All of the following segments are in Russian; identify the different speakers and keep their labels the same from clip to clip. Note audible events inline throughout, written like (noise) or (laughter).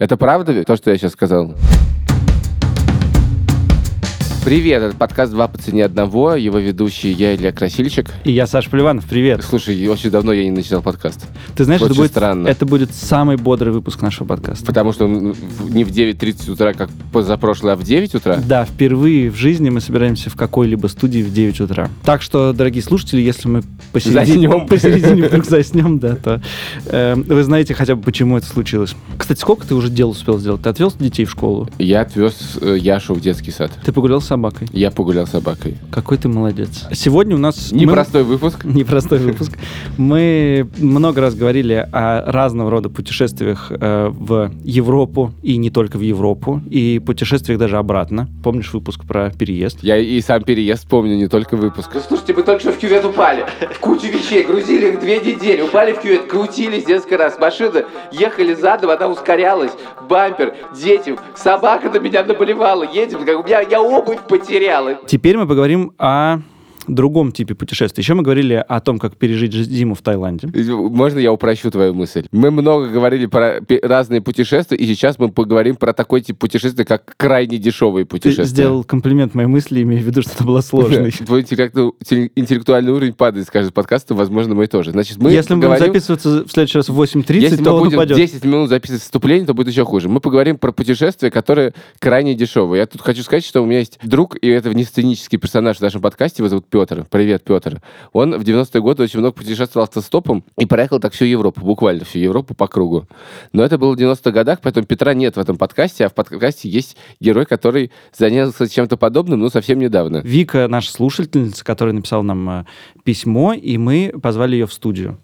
Speaker 1: Это правда ведь, то, что я сейчас сказал? Привет, это подкаст «Два по цене одного», его ведущий я, Илья Красильщик.
Speaker 2: И я, Саша Поливанов, привет.
Speaker 1: Слушай, очень давно я не начинал подкаст,
Speaker 2: Ты знаешь,
Speaker 1: Очень
Speaker 2: это будет,
Speaker 1: странно.
Speaker 2: это будет самый бодрый выпуск нашего подкаста.
Speaker 1: потому что он в- не в 9.30 утра, как позапрошлое, а в 9 утра.
Speaker 2: Да, впервые в жизни мы собираемся в какой-либо студии в 9 утра. Так что, дорогие слушатели, если мы посередине,
Speaker 1: Заснем.
Speaker 2: (laughs) посередине вдруг заснем, да, то э, вы знаете хотя бы, почему это случилось. Кстати, сколько ты уже дел успел сделать? Ты отвез детей в школу?
Speaker 1: Я отвез э, Яшу в детский сад.
Speaker 2: Ты погулял с собакой?
Speaker 1: Я погулял с собакой.
Speaker 2: Какой ты молодец. Сегодня у нас... мы-
Speaker 1: Непростой выпуск.
Speaker 2: Непростой выпуск. (laughs) Мы много раз говорили о разного рода путешествиях э, в Европу и не только в Европу, и путешествиях даже обратно. Помнишь выпуск про переезд?
Speaker 1: Я и сам переезд помню, не только выпуск. слушайте, мы только что в кювет упали. В кучу вещей. Грузили их две недели. Упали в кювет, крутились несколько раз. Машина ехали задом, она ускорялась. Бампер, дети, собака на меня наболевала. Едем, как у меня, я обувь потеряла.
Speaker 2: Теперь мы поговорим о другом типе путешествий. Еще мы говорили о том, как пережить жи- зиму в Таиланде.
Speaker 1: Можно я упрощу твою мысль? Мы много говорили про пе- разные путешествия, и сейчас мы поговорим про такой тип путешествий, как крайне дешевые
Speaker 2: Ты
Speaker 1: путешествия. (laughs)
Speaker 2: сделал комплимент моей мысли, имея в виду, что это было сложно.
Speaker 1: Твой интеллекту- те- интеллектуальный уровень падает с каждым подкастом, возможно, мой тоже. Значит, (laughs) мы
Speaker 2: Если мы будем
Speaker 1: поговорим-
Speaker 2: записываться в следующий раз в 8.30,
Speaker 1: Если
Speaker 2: то
Speaker 1: мы
Speaker 2: он
Speaker 1: будем
Speaker 2: упадет.
Speaker 1: 10 минут записывать вступление, то будет еще хуже. Мы поговорим про путешествия, которые крайне дешевые. Я тут хочу сказать, что у меня есть друг, и это не сценический персонаж в нашем подкасте, его зовут Петр. Привет, Петр. Он в 90-е годы очень много путешествовал автостопом и проехал так всю Европу, буквально всю Европу по кругу. Но это было в 90-х годах, поэтому Петра нет в этом подкасте, а в подкасте есть герой, который занялся чем-то подобным, но совсем недавно.
Speaker 2: Вика, наша слушательница, которая написала нам э, письмо, и мы позвали ее в студию.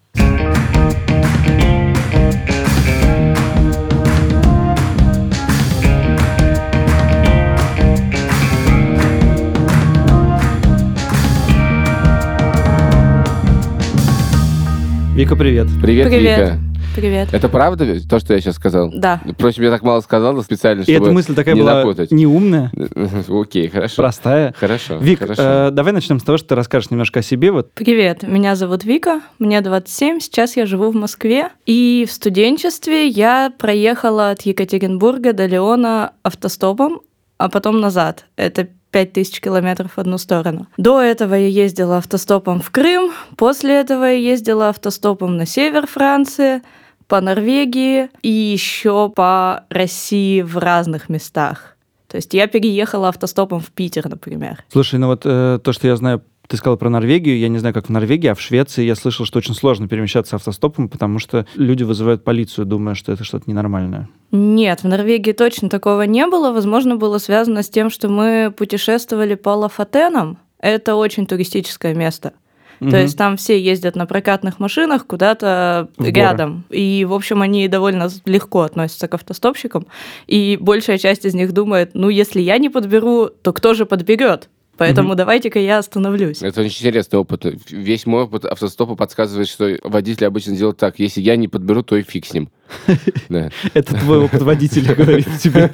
Speaker 2: Вика, привет.
Speaker 1: Привет,
Speaker 3: Привет.
Speaker 1: Вика.
Speaker 3: Привет.
Speaker 1: Это правда ведь, то, что я сейчас сказал?
Speaker 3: Да.
Speaker 1: Впрочем, я так мало сказал, специально,
Speaker 2: И
Speaker 1: чтобы
Speaker 2: эта мысль такая
Speaker 1: не
Speaker 2: была
Speaker 1: запутать.
Speaker 2: неумная,
Speaker 1: Э, Окей, хорошо.
Speaker 2: простая.
Speaker 1: Хорошо.
Speaker 2: Вик,
Speaker 1: хорошо.
Speaker 2: э, давай начнем с того, что ты расскажешь немножко о себе. Вот
Speaker 3: Привет, меня зовут Вика, мне 27, сейчас я живу в Москве. И в студенчестве я проехала от Екатеринбурга до Леона автостопом, а потом назад. Это 5000 километров в одну сторону. До этого я ездила автостопом в Крым, после этого я ездила автостопом на север Франции, по Норвегии и еще по России в разных местах. То есть я переехала автостопом в Питер, например.
Speaker 2: Слушай, ну вот э, то, что я знаю, ты сказал про Норвегию, я не знаю, как в Норвегии, а в Швеции я слышал, что очень сложно перемещаться автостопом, потому что люди вызывают полицию, думая, что это что-то ненормальное.
Speaker 3: Нет, в Норвегии точно такого не было. Возможно, было связано с тем, что мы путешествовали по Лафатенам. Это очень туристическое место.
Speaker 2: Мгм.
Speaker 3: То есть там все ездят на прокатных машинах куда-то
Speaker 2: В горы.
Speaker 3: рядом. И, в общем, они довольно легко относятся к автостопщикам. И большая часть из них думает, ну, если я не подберу, то кто же подберет? Поэтому
Speaker 2: Мгм. Э.
Speaker 3: давайте-ка я остановлюсь.
Speaker 1: Это очень интересный опыт. Весь мой опыт автостопа подсказывает, что водители обычно делают так. Если я не подберу, то и фиг
Speaker 2: (laughs)
Speaker 1: с ним. Да.
Speaker 2: Это твой опыт водителя (laughs) говорит тебе.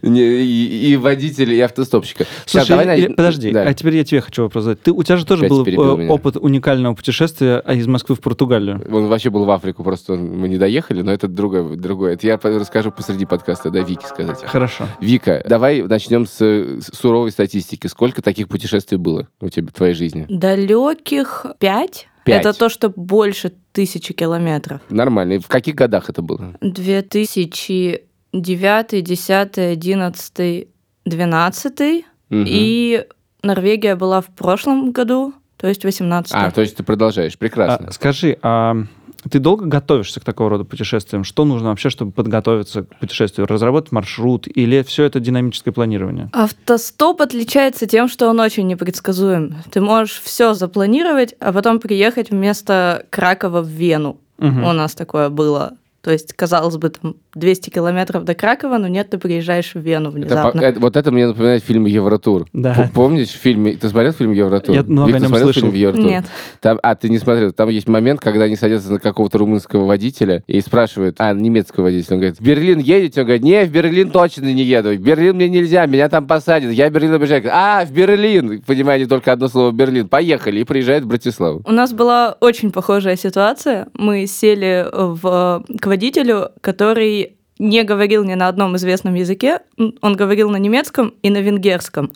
Speaker 1: Не, И и водителя, и автостопщика. Сейчас,
Speaker 2: Слушай,
Speaker 1: давай
Speaker 2: Илья,
Speaker 1: на-
Speaker 2: подожди,
Speaker 1: Да.
Speaker 2: а теперь я тебе хочу вопрос задать. Ты, у тебя же тоже
Speaker 1: Опять
Speaker 2: был
Speaker 1: перебил
Speaker 2: э,
Speaker 1: меня.
Speaker 2: опыт уникального путешествия а, из Москвы в Португалию.
Speaker 1: Он вообще был в Африку, просто он- мы не доехали, но это другое. другое. Это я по- расскажу посреди подкаста, да, Вики сказать.
Speaker 2: Хорошо.
Speaker 1: Вика, давай начнем с, э, с суровой статистики. Сколько таких путешествий было у тебя в твоей жизни?
Speaker 3: Далеких пять.
Speaker 1: Пять.
Speaker 3: Это то, что больше тысячи километров.
Speaker 1: Нормально. И В каких годах это было?
Speaker 3: 2009, 10, 11, 12.
Speaker 1: Мгм.
Speaker 3: И Норвегия была в прошлом году, то есть 18.
Speaker 1: А, то есть ты продолжаешь. Прекрасно.
Speaker 2: А, скажи, а ты долго готовишься к такого рода путешествиям? Что нужно вообще, чтобы подготовиться к путешествию? Разработать маршрут или все это динамическое планирование?
Speaker 3: Автостоп отличается тем, что он очень непредсказуем. Ты можешь все запланировать, а потом приехать вместо Кракова в Вену.
Speaker 2: Мгм.
Speaker 3: У нас такое было. То есть, казалось бы, там 200 километров до Кракова, но нет, ты приезжаешь в Вену внезапно.
Speaker 1: Это по- э, вот это мне напоминает фильм «Евротур».
Speaker 2: Да.
Speaker 1: П- Помнишь в фильме... Ты смотрел фильм «Евротур»?
Speaker 2: Я много о
Speaker 1: Вик, ты
Speaker 2: нем
Speaker 1: смотрел
Speaker 2: слышал.
Speaker 1: фильм «Евротур»?
Speaker 3: Нет.
Speaker 1: Там, а, ты не смотрел. Там есть момент, когда они садятся на какого-то румынского водителя и спрашивают, а, немецкого водителя. Он говорит, в Берлин едете? Он говорит, не, в Берлин точно не еду. В Берлин мне нельзя, меня там посадят. Я Берлин обижаю. Говорит, А, в Берлин! Понимаю, они только одно слово «Берлин». Поехали. И приезжают в Братиславу.
Speaker 3: У нас была очень похожая ситуация. Мы сели э, в, к водителю, который не говорил ни на одном известном языке. М, Он говорил на немецком и на венгерском.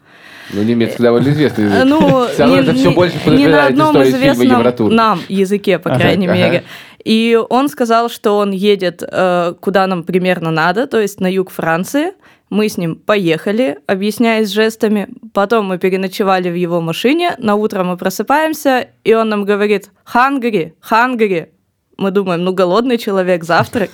Speaker 1: Ну, немецкий довольно известный язык.
Speaker 3: Ну,
Speaker 1: Э, Всё равно это все больше
Speaker 3: не на
Speaker 1: подразумевает
Speaker 3: одном
Speaker 1: историю из фильма
Speaker 3: известном
Speaker 1: «Евротур».
Speaker 3: нам языке, по
Speaker 2: Ага,
Speaker 3: крайней
Speaker 1: ага.
Speaker 3: мере. И он сказал, что он едет э, куда нам примерно надо, то есть на юг Франции. Мы с ним поехали, объясняясь жестами. Потом мы переночевали в его машине. На утро мы просыпаемся, и он нам говорит «Хангри, Хангри». Мы думаем, ну голодный человек, завтрак.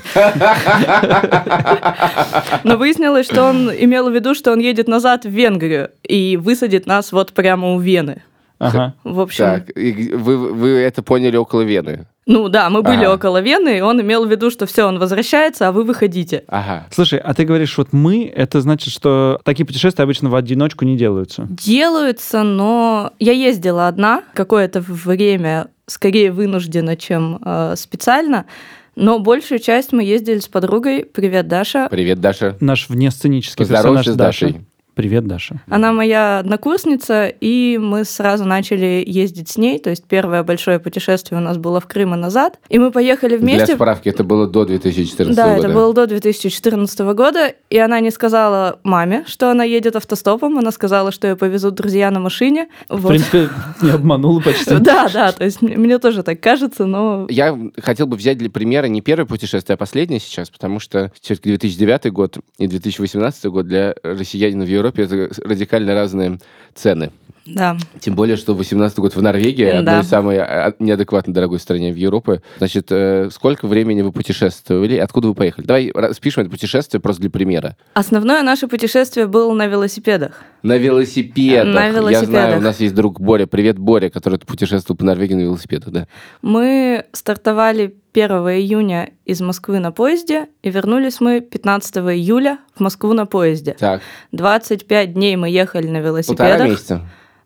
Speaker 3: Но выяснилось, что он имел в виду, что он едет назад в Венгрию и высадит нас вот прямо у Вены.
Speaker 2: Ага.
Speaker 3: В общем,
Speaker 1: Так, и г- вы, вы это поняли около Вены.
Speaker 3: ну да, мы были
Speaker 1: Ага.
Speaker 3: около Вены, и он имел в виду, что все, он возвращается, а вы выходите.
Speaker 1: Ага.
Speaker 2: Слушай, а ты говоришь, вот мы, это значит, что такие путешествия обычно в одиночку не делаются.
Speaker 3: Делаются, но я ездила одна какое-то время, скорее вынуждена, чем э, специально. Но большую часть мы ездили с подругой. Привет, Даша.
Speaker 1: Привет, Даша.
Speaker 2: Наш внесценический персонаж
Speaker 1: Поздоровайся с
Speaker 2: Даша.
Speaker 1: Дашей.
Speaker 2: Привет, Даша.
Speaker 3: Она моя однокурсница, и мы сразу начали ездить с ней. То есть первое большое путешествие у нас было в Крым и назад. И мы поехали вместе.
Speaker 1: Для справки, это было до 2014
Speaker 3: Да,
Speaker 1: года.
Speaker 3: это было до 2014 года, и она не сказала маме, что она едет автостопом, она сказала, что ее повезут друзья на машине.
Speaker 2: В
Speaker 3: Вот.
Speaker 2: принципе, не обманула почти.
Speaker 3: (laughs) Да, да, то есть мне, мне тоже так кажется, но...
Speaker 1: Я хотел бы взять для примера не первое путешествие, а последнее сейчас, потому что все-таки 2009 год и 2018 год для россиянина в Европе это радикально разные цены.
Speaker 3: Да.
Speaker 1: Тем более, что 18 год в Норвегии, одной
Speaker 3: Да.
Speaker 1: из самой а, неадекватно дорогой стране в Европе. Значит, э, сколько времени вы путешествовали, откуда вы поехали? Давай распишем это путешествие просто для примера.
Speaker 3: Основное наше путешествие было на велосипедах.
Speaker 1: На велосипедах.
Speaker 3: На
Speaker 1: Я знаю, у
Speaker 3: велосипедах.
Speaker 1: нас есть друг Боря. Привет, Боря, который путешествовал по Норвегии на велосипедах, да.
Speaker 3: Мы стартовали 1 июня из Москвы на поезде, и вернулись мы 15 июля в Москву на поезде.
Speaker 1: Так,
Speaker 3: 25 дней мы ехали на
Speaker 1: полтора
Speaker 3: велосипедах.
Speaker 1: месяца.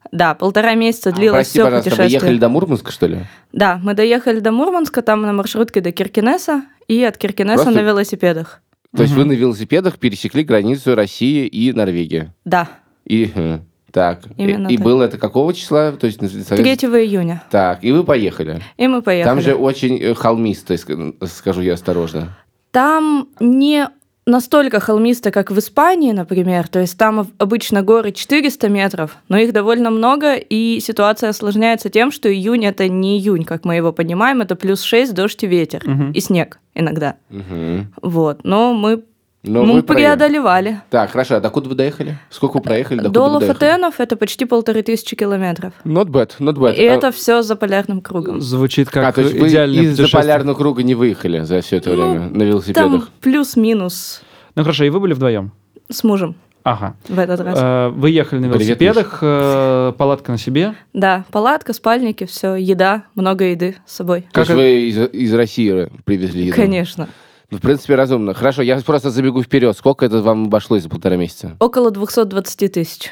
Speaker 1: А,
Speaker 3: Да, полтора месяца длилось
Speaker 1: Прости,
Speaker 3: все
Speaker 1: пожалуйста, вы
Speaker 3: путешествие.
Speaker 1: ехали до Мурманска, что ли?
Speaker 3: Да, мы доехали до Мурманска, там на маршрутке до Киркинеса, и от Киркинеса
Speaker 1: Просто-
Speaker 3: на велосипедах.
Speaker 1: То есть
Speaker 2: Мгм.
Speaker 1: вы на велосипедах пересекли границу России и Норвегии.
Speaker 3: Да,
Speaker 1: И э, так. И-
Speaker 3: Именно
Speaker 1: и
Speaker 3: так.
Speaker 1: было это какого числа? То есть на Совет-
Speaker 3: 3 июня.
Speaker 1: Так, и вы поехали.
Speaker 3: И мы поехали.
Speaker 1: Там же очень э, холмисто, ск- скажу я осторожно.
Speaker 3: Там не настолько холмисто, как в Испании, например. То есть там об- обычно горы 400 метров, но их довольно много, и ситуация осложняется тем, что июнь — это не июнь, как мы его понимаем, это плюс 6, дождь и ветер,
Speaker 2: Мгм.
Speaker 3: и снег иногда.
Speaker 1: Мгм.
Speaker 3: Вот, но мы,
Speaker 1: Но
Speaker 3: мы
Speaker 1: вы проехали.
Speaker 3: преодолевали.
Speaker 1: Так, хорошо, а докуда вы доехали? Сколько вы проехали? Докуда
Speaker 3: До
Speaker 1: вы доехали?
Speaker 3: Лофотенов это почти полторы тысячи километров.
Speaker 1: Not bad, not bad.
Speaker 3: И
Speaker 1: А-
Speaker 3: это все за полярным кругом.
Speaker 2: Звучит
Speaker 1: а,
Speaker 2: как
Speaker 1: то есть вы
Speaker 2: идеальное
Speaker 1: из-за
Speaker 2: путешествие.
Speaker 1: полярного круга не выехали за все это
Speaker 3: Ну,
Speaker 1: время на
Speaker 3: Там
Speaker 1: велосипедах?
Speaker 3: плюс-минус
Speaker 2: Ну хорошо, и вы были вдвоем?
Speaker 3: с мужем
Speaker 2: Ага.
Speaker 3: в этот раз.
Speaker 2: Э, Вы ехали на
Speaker 1: Привет,
Speaker 2: велосипедах, э, палатка на себе.
Speaker 3: Да, палатка, спальники, все, еда, много еды с собой.
Speaker 1: То есть
Speaker 2: как-
Speaker 1: вы из, из России привезли еду?
Speaker 3: Конечно.
Speaker 1: Ну, в принципе, разумно. Хорошо, я просто забегу вперед. Сколько это вам обошлось за полтора месяца?
Speaker 3: Около 220 тысяч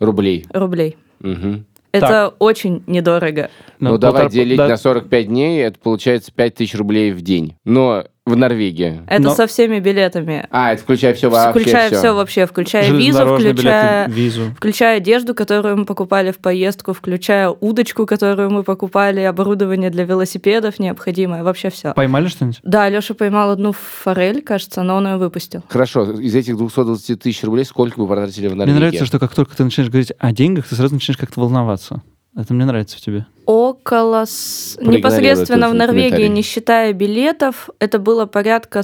Speaker 1: Рублей.
Speaker 3: рублей.
Speaker 1: Мгм.
Speaker 3: Это очень недорого.
Speaker 1: Ну,
Speaker 2: На
Speaker 1: давай
Speaker 2: полтора-
Speaker 1: делить
Speaker 2: да.
Speaker 1: на 45 дней, это получается 5000 рублей в день. Но в Норвегии.
Speaker 3: Это
Speaker 2: Но-
Speaker 3: со всеми билетами.
Speaker 1: А, это включая все вообще.
Speaker 3: включая
Speaker 1: всё.
Speaker 3: все вообще, включая Э, визу,
Speaker 2: Железнодорожные
Speaker 3: включая...
Speaker 2: билеты, визу.
Speaker 3: Включая одежду, которую мы покупали в поездку, включая удочку, которую мы покупали, оборудование для велосипедов необходимое, вообще все.
Speaker 2: Поймали что-нибудь?
Speaker 3: Да, Леша поймал одну форель, кажется, но он ее выпустил.
Speaker 1: Хорошо, из этих 220 тысяч рублей сколько вы потратили в Норвегии?
Speaker 2: Мне нравится, что как только ты начинаешь говорить о деньгах, ты сразу начинаешь как-то волноваться. Это мне нравится в тебе.
Speaker 3: Около... с-
Speaker 1: Проигнорировать
Speaker 3: Непосредственно в
Speaker 1: этот
Speaker 3: Норвегии,
Speaker 1: комментарий.
Speaker 3: не считая билетов, это было порядка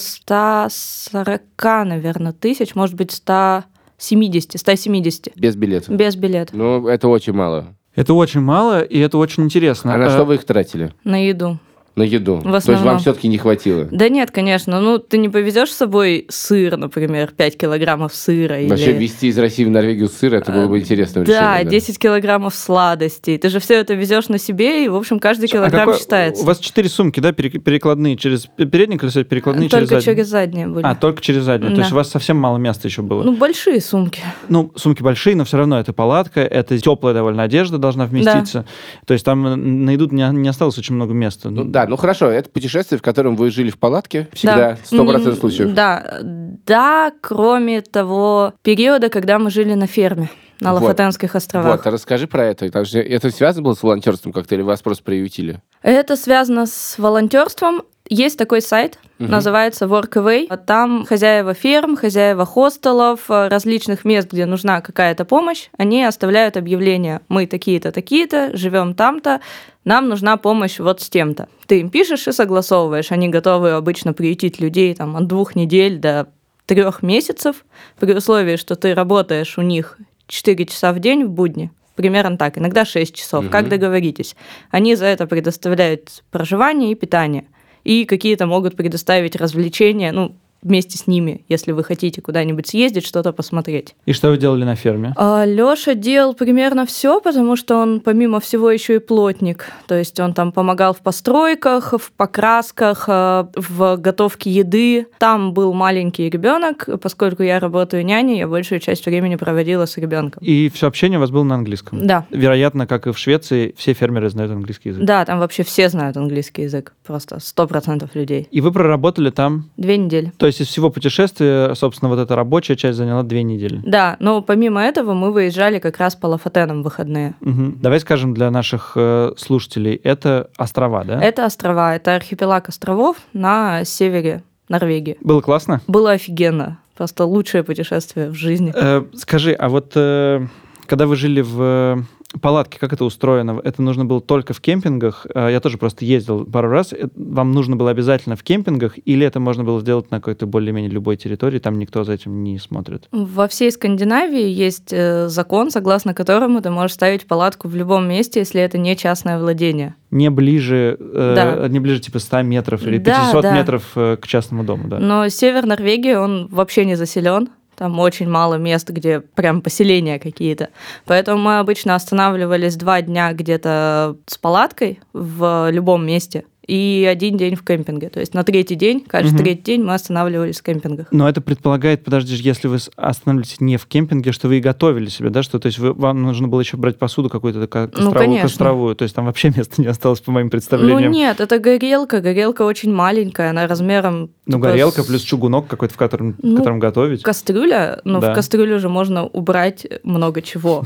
Speaker 3: 140, наверное, тысяч, может быть, 170, 170
Speaker 1: Без билета.
Speaker 3: без билета
Speaker 1: Ну, это очень мало.
Speaker 2: Это очень мало, и это очень интересно.
Speaker 1: А на
Speaker 2: Э,
Speaker 1: что вы их тратили?
Speaker 3: на еду.
Speaker 1: На еду.
Speaker 3: В
Speaker 1: То есть вам
Speaker 3: основном.
Speaker 1: все-таки не хватило.
Speaker 3: Да нет, конечно. Ну, ты не повезешь с собой сыр, например, 5 килограммов сыра.
Speaker 1: Вообще
Speaker 3: или... А,
Speaker 1: везти из России в Норвегию сыр, это было бы интересно.
Speaker 3: Да, 10 килограммов сладостей. Ты же все это везешь на себе, и, в общем, каждый
Speaker 2: А
Speaker 3: килограмм
Speaker 2: какой-
Speaker 3: считается.
Speaker 2: У вас четыре сумки, да, пере- перекладные через п- переднее колесо, перекладные
Speaker 3: Только
Speaker 2: через заднее?
Speaker 3: через задние были.
Speaker 2: А, только через заднее. То
Speaker 3: Да.
Speaker 2: есть у вас совсем мало места еще было.
Speaker 3: Ну, большие сумки.
Speaker 2: Ну, сумки большие, но все равно это палатка, это теплая довольно одежда должна вместиться. То есть там э, на еду не, не осталось очень много места.
Speaker 1: Ну да, ну хорошо, это путешествие, в котором вы жили в палатке всегда,
Speaker 3: Да.
Speaker 1: сто процентов
Speaker 3: М,
Speaker 1: случаев.
Speaker 3: Да, да, кроме того периода, когда мы жили на ферме на
Speaker 1: Вот.
Speaker 3: Лафатенских островах.
Speaker 1: Вот, а расскажи про это. потому что Это связано было с волонтерством как-то, или вас просто приютили?
Speaker 3: Это связано с волонтерством. Есть такой сайт,
Speaker 1: Мгм.
Speaker 3: называется Workaway. Там хозяева ферм, хозяева хостелов, э, различных мест, где нужна какая-то помощь, они оставляют объявления. Мы такие-то, такие-то, живем там-то, нам нужна помощь вот с тем-то. Ты им пишешь и согласовываешь. Они готовы обычно приютить людей там, от двух недель до трех месяцев, при условии, что ты работаешь у них 4 часа в день в будни, примерно так, иногда 6 часов, как
Speaker 1: Мгм.
Speaker 3: договоритесь. Они за это предоставляют проживание и питание, и какие-то могут предоставить развлечения, ну, вместе с ними, если вы хотите куда-нибудь съездить, что-то посмотреть.
Speaker 2: И что вы делали на ферме?
Speaker 3: А, Лёша делал примерно все, потому что он помимо всего еще и плотник. То есть он там помогал в постройках, в покрасках, а, в готовке еды. Там был маленький ребенок, поскольку я работаю няней, я большую часть времени проводила с ребенком.
Speaker 2: И все общение у вас было на английском.
Speaker 3: Да.
Speaker 2: Вероятно, как и в Швеции, все фермеры знают английский язык.
Speaker 3: Да, там вообще все знают английский язык, просто сто процентов людей.
Speaker 2: И вы проработали там,
Speaker 3: Две недели.
Speaker 2: то есть из всего путешествия, собственно, вот эта рабочая часть заняла две недели.
Speaker 3: Да, но помимо этого мы выезжали как раз по Лафатенам в выходные.
Speaker 2: Мгм. Давай скажем для наших э, слушателей, это острова, да?
Speaker 3: Это острова, это архипелаг островов на севере Норвегии.
Speaker 2: Было классно?
Speaker 3: Было офигенно. Просто лучшее путешествие в жизни.
Speaker 2: Э, скажи, а вот э, когда вы жили в э, палатке, как это устроено? Это нужно было только в кемпингах? Э, я тоже просто ездил пару раз. Э, Вам нужно было обязательно в кемпингах? Или это можно было сделать на какой-то более-менее любой территории? Там никто за этим не смотрит.
Speaker 3: Во всей Скандинавии есть э, закон, согласно которому ты можешь ставить палатку в любом месте, если это не частное владение.
Speaker 2: Не ближе, э,
Speaker 3: Да.
Speaker 2: не ближе типа 100 метров или
Speaker 3: Да,
Speaker 2: 500
Speaker 3: да.
Speaker 2: метров э, к частному дому, да?
Speaker 3: Но север Норвегии, он вообще не заселен. Там очень мало мест, где прям поселения какие-то. Поэтому мы обычно останавливались два дня где-то с палаткой в любом месте и один день в кемпинге. То есть на третий день, каждый
Speaker 2: Мгм.
Speaker 3: третий день мы останавливались в кемпингах.
Speaker 2: Но это предполагает, подожди, если вы с- останавливаетесь не в кемпинге, что вы и готовили себе, да, что то есть вы- вам нужно было еще брать посуду какую-то ка-
Speaker 3: Ну,
Speaker 2: костровую,
Speaker 3: конечно.
Speaker 2: костровую, то есть там вообще (laughs) места не осталось по моим представлениям.
Speaker 3: Ну нет, это горелка. Горелка очень маленькая, она размером...
Speaker 2: Ну,
Speaker 3: типа,
Speaker 2: горелка
Speaker 3: с
Speaker 2: плюс чугунок какой-то, в котором, в
Speaker 3: Ну,
Speaker 2: котором готовить.
Speaker 3: Кастрюля, но
Speaker 2: Да.
Speaker 3: в кастрюлю же можно убрать много
Speaker 2: (laughs)
Speaker 3: чего.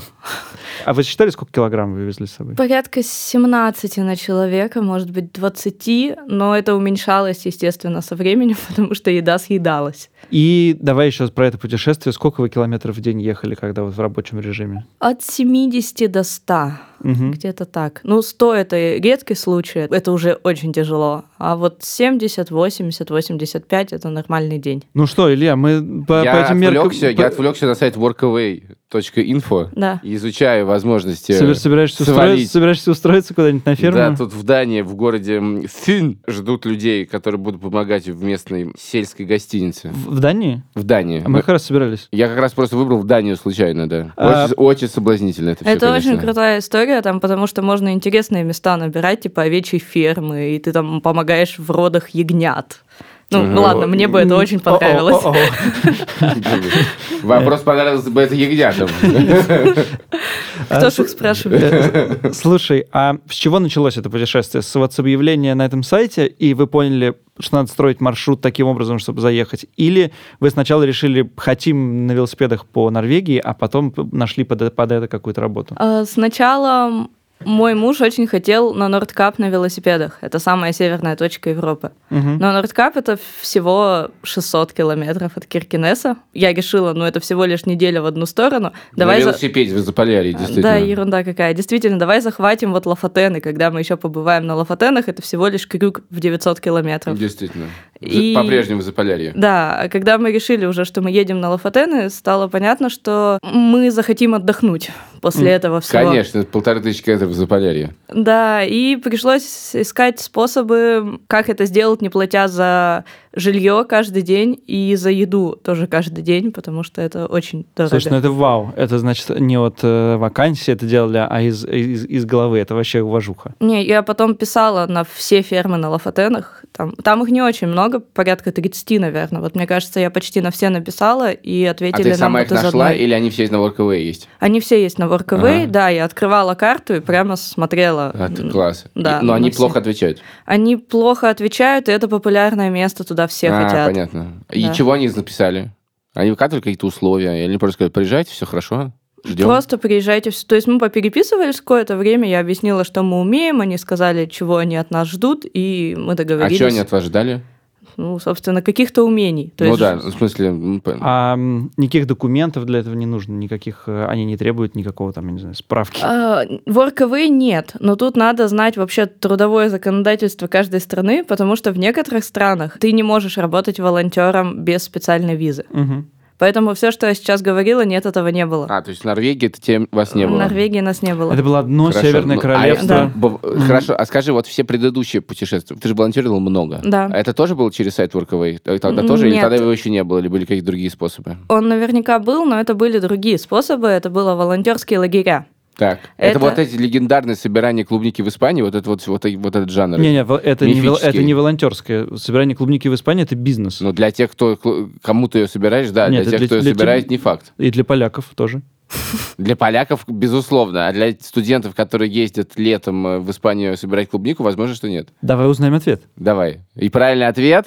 Speaker 2: А вы считали, сколько килограмм вы везли с собой?
Speaker 3: Порядка 17 на человека, может быть, 20, но это уменьшалось, естественно, со временем, (laughs) потому что еда съедалась.
Speaker 2: И давай еще про это путешествие. Сколько вы километров в день ехали, когда вот в рабочем режиме?
Speaker 3: От 70 до 100,
Speaker 2: Мгм.
Speaker 3: где-то так. Ну, 100 — это редкий случай, это уже очень тяжело. А вот 70, 80, 85 — это нормальный день.
Speaker 2: Ну что, Илья, мы по, по
Speaker 1: я,
Speaker 2: этим меркам...
Speaker 1: отвлекся,
Speaker 2: по-
Speaker 1: я отвлекся на сайт workaway.info,
Speaker 3: Да.
Speaker 1: изучаю возможности...
Speaker 2: Собер- собираешься,
Speaker 1: свалить.
Speaker 2: устроиться, собираешься устроиться куда-нибудь на ферму?
Speaker 1: Да, тут в Дании, в городе м, Фин, ждут людей, которые будут помогать в местной сельской гостинице.
Speaker 2: В в Дании?
Speaker 1: В Дании.
Speaker 2: А мы как раз собирались.
Speaker 1: Я как раз просто выбрал в Данию случайно, да.
Speaker 2: А-
Speaker 1: Очень, очень соблазнительно это все,
Speaker 3: Это очень
Speaker 1: конечно.
Speaker 3: крутая история, там, потому что можно интересные места набирать, типа овечьи фермы, и ты там помогаешь в родах ягнят. Ну,
Speaker 1: Мгм.
Speaker 3: ладно, мне бы это
Speaker 2: М,
Speaker 3: очень понравилось.
Speaker 2: о-о, (laughs) о-о.
Speaker 1: Вопрос понравился бы это ягнятам.
Speaker 3: Кто
Speaker 2: А,
Speaker 3: ж их
Speaker 2: с-
Speaker 3: спрашивает?
Speaker 2: Э, Слушай, а с чего началось это путешествие? С вот с объявления на этом сайте, и вы поняли, что надо строить маршрут таким образом, чтобы заехать? Или вы сначала решили, хотим на велосипедах по Норвегии, а потом п- нашли под, э- под это какую-то работу?
Speaker 3: А, Сначала мой муж очень хотел на Нордкап на велосипедах. Это самая северная точка Европы.
Speaker 2: Мгм.
Speaker 3: Но Нордкап это всего 600 километров от Киркинесса. Я решила, ну это всего лишь неделя в одну сторону.
Speaker 1: На
Speaker 3: Давай за-
Speaker 1: велосипеде в Заполярье,
Speaker 3: Э, Да,
Speaker 1: действительно.
Speaker 3: ерунда какая. Действительно, давай захватим вот Лафатены. Когда мы еще побываем на Лафатенах, это всего лишь крюк в 900 километров.
Speaker 1: Действительно.
Speaker 3: И-
Speaker 1: По-прежнему за полярье.
Speaker 3: Да, а когда мы решили уже, что мы едем на Лафатены, стало понятно, что мы захотим отдохнуть после этого всего.
Speaker 1: Конечно, полторы тысячи километров за полярье.
Speaker 3: Да, и пришлось искать способы, как это сделать, не платя за жилье каждый день и за еду тоже каждый день, потому что это очень дорого.
Speaker 2: Слушай, ну это вау. Это значит не от э, вакансии это делали, а из, из, из головы. Это вообще уважуха.
Speaker 3: Не, я потом писала на все фермы на Лафатенах. Там, там их не очень много, порядка 30, наверное. Вот мне кажется, я почти на все написала и
Speaker 1: А
Speaker 3: ответили
Speaker 1: ты
Speaker 3: нам
Speaker 1: сама
Speaker 3: вот
Speaker 1: их
Speaker 3: из
Speaker 1: нашла,
Speaker 3: одной.
Speaker 1: или они все на Workaway есть?
Speaker 3: Они все есть на Workaway,
Speaker 1: Ага.
Speaker 3: да, я открывала карту и прямо смотрела.
Speaker 1: А, ты класс.
Speaker 3: Да,
Speaker 1: И- Но
Speaker 3: мы
Speaker 1: они
Speaker 3: все.
Speaker 1: плохо отвечают.
Speaker 3: Они плохо отвечают, и это популярное место, туда все
Speaker 1: а,
Speaker 3: хотят.
Speaker 1: понятно. И
Speaker 3: Да.
Speaker 1: чего они написали? Они выкатывали какие-то условия? Или они просто сказали, приезжайте, все хорошо, ждем?
Speaker 3: Просто приезжайте. в с- То есть мы попереписывались какое-то время, я объяснила, что мы умеем, они сказали, чего они от нас ждут, и мы
Speaker 1: А
Speaker 3: договорились.
Speaker 1: чего они от вас ждали?
Speaker 3: Ну, собственно, каких-то умений. То
Speaker 1: ну
Speaker 3: есть
Speaker 1: да, в смысле... м, п-
Speaker 2: А м, никаких документов для этого не нужно, никаких э, они не требуют никакого там, я не знаю, справки.
Speaker 3: А, Workaway нет, но тут надо знать вообще трудовое законодательство каждой страны, потому что в некоторых странах ты не можешь работать волонтером без специальной визы.
Speaker 2: Мгм.
Speaker 3: Поэтому все, что я сейчас говорила, нет, этого не было.
Speaker 1: А, то есть в Норвегии это тем вас не
Speaker 3: В
Speaker 1: было?
Speaker 3: Норвегии нас не было.
Speaker 2: Это было одно
Speaker 1: Хорошо.
Speaker 2: северное
Speaker 1: Ну, а
Speaker 2: королевство.
Speaker 1: я-
Speaker 3: Да.
Speaker 1: б- Хорошо, а скажи, вот все предыдущие путешествия, ты же волонтерил много.
Speaker 3: Да.
Speaker 1: А это тоже было через сайт Workaway? Э, Тогда
Speaker 3: М,
Speaker 1: тоже? Или
Speaker 3: нет.
Speaker 1: тогда его еще не было? Или были какие-то другие способы?
Speaker 3: Он наверняка был, но это были другие способы. Это было волонтерские лагеря.
Speaker 1: Так, это,
Speaker 3: Это-
Speaker 1: вот эти легендарные собирания клубники в Испании, вот, это, вот, вот, э- вот этот жанр.
Speaker 2: Не-не, вол- это не, вол- это
Speaker 1: Мифический.
Speaker 2: не волонтерское. Собирание клубники в Испании это бизнес.
Speaker 1: Ну, для тех, кто, кому ты ее собираешь, да,
Speaker 2: Нет,
Speaker 1: для тех,
Speaker 2: для-
Speaker 1: кто ее
Speaker 2: для
Speaker 1: собирает,
Speaker 2: теб-
Speaker 1: не факт.
Speaker 2: И для поляков тоже.
Speaker 1: Для поляков, безусловно, а для студентов, которые ездят летом э, в Испанию собирать клубнику, возможно, что нет.
Speaker 2: Давай узнаем ответ.
Speaker 1: Давай. И правильный ответ?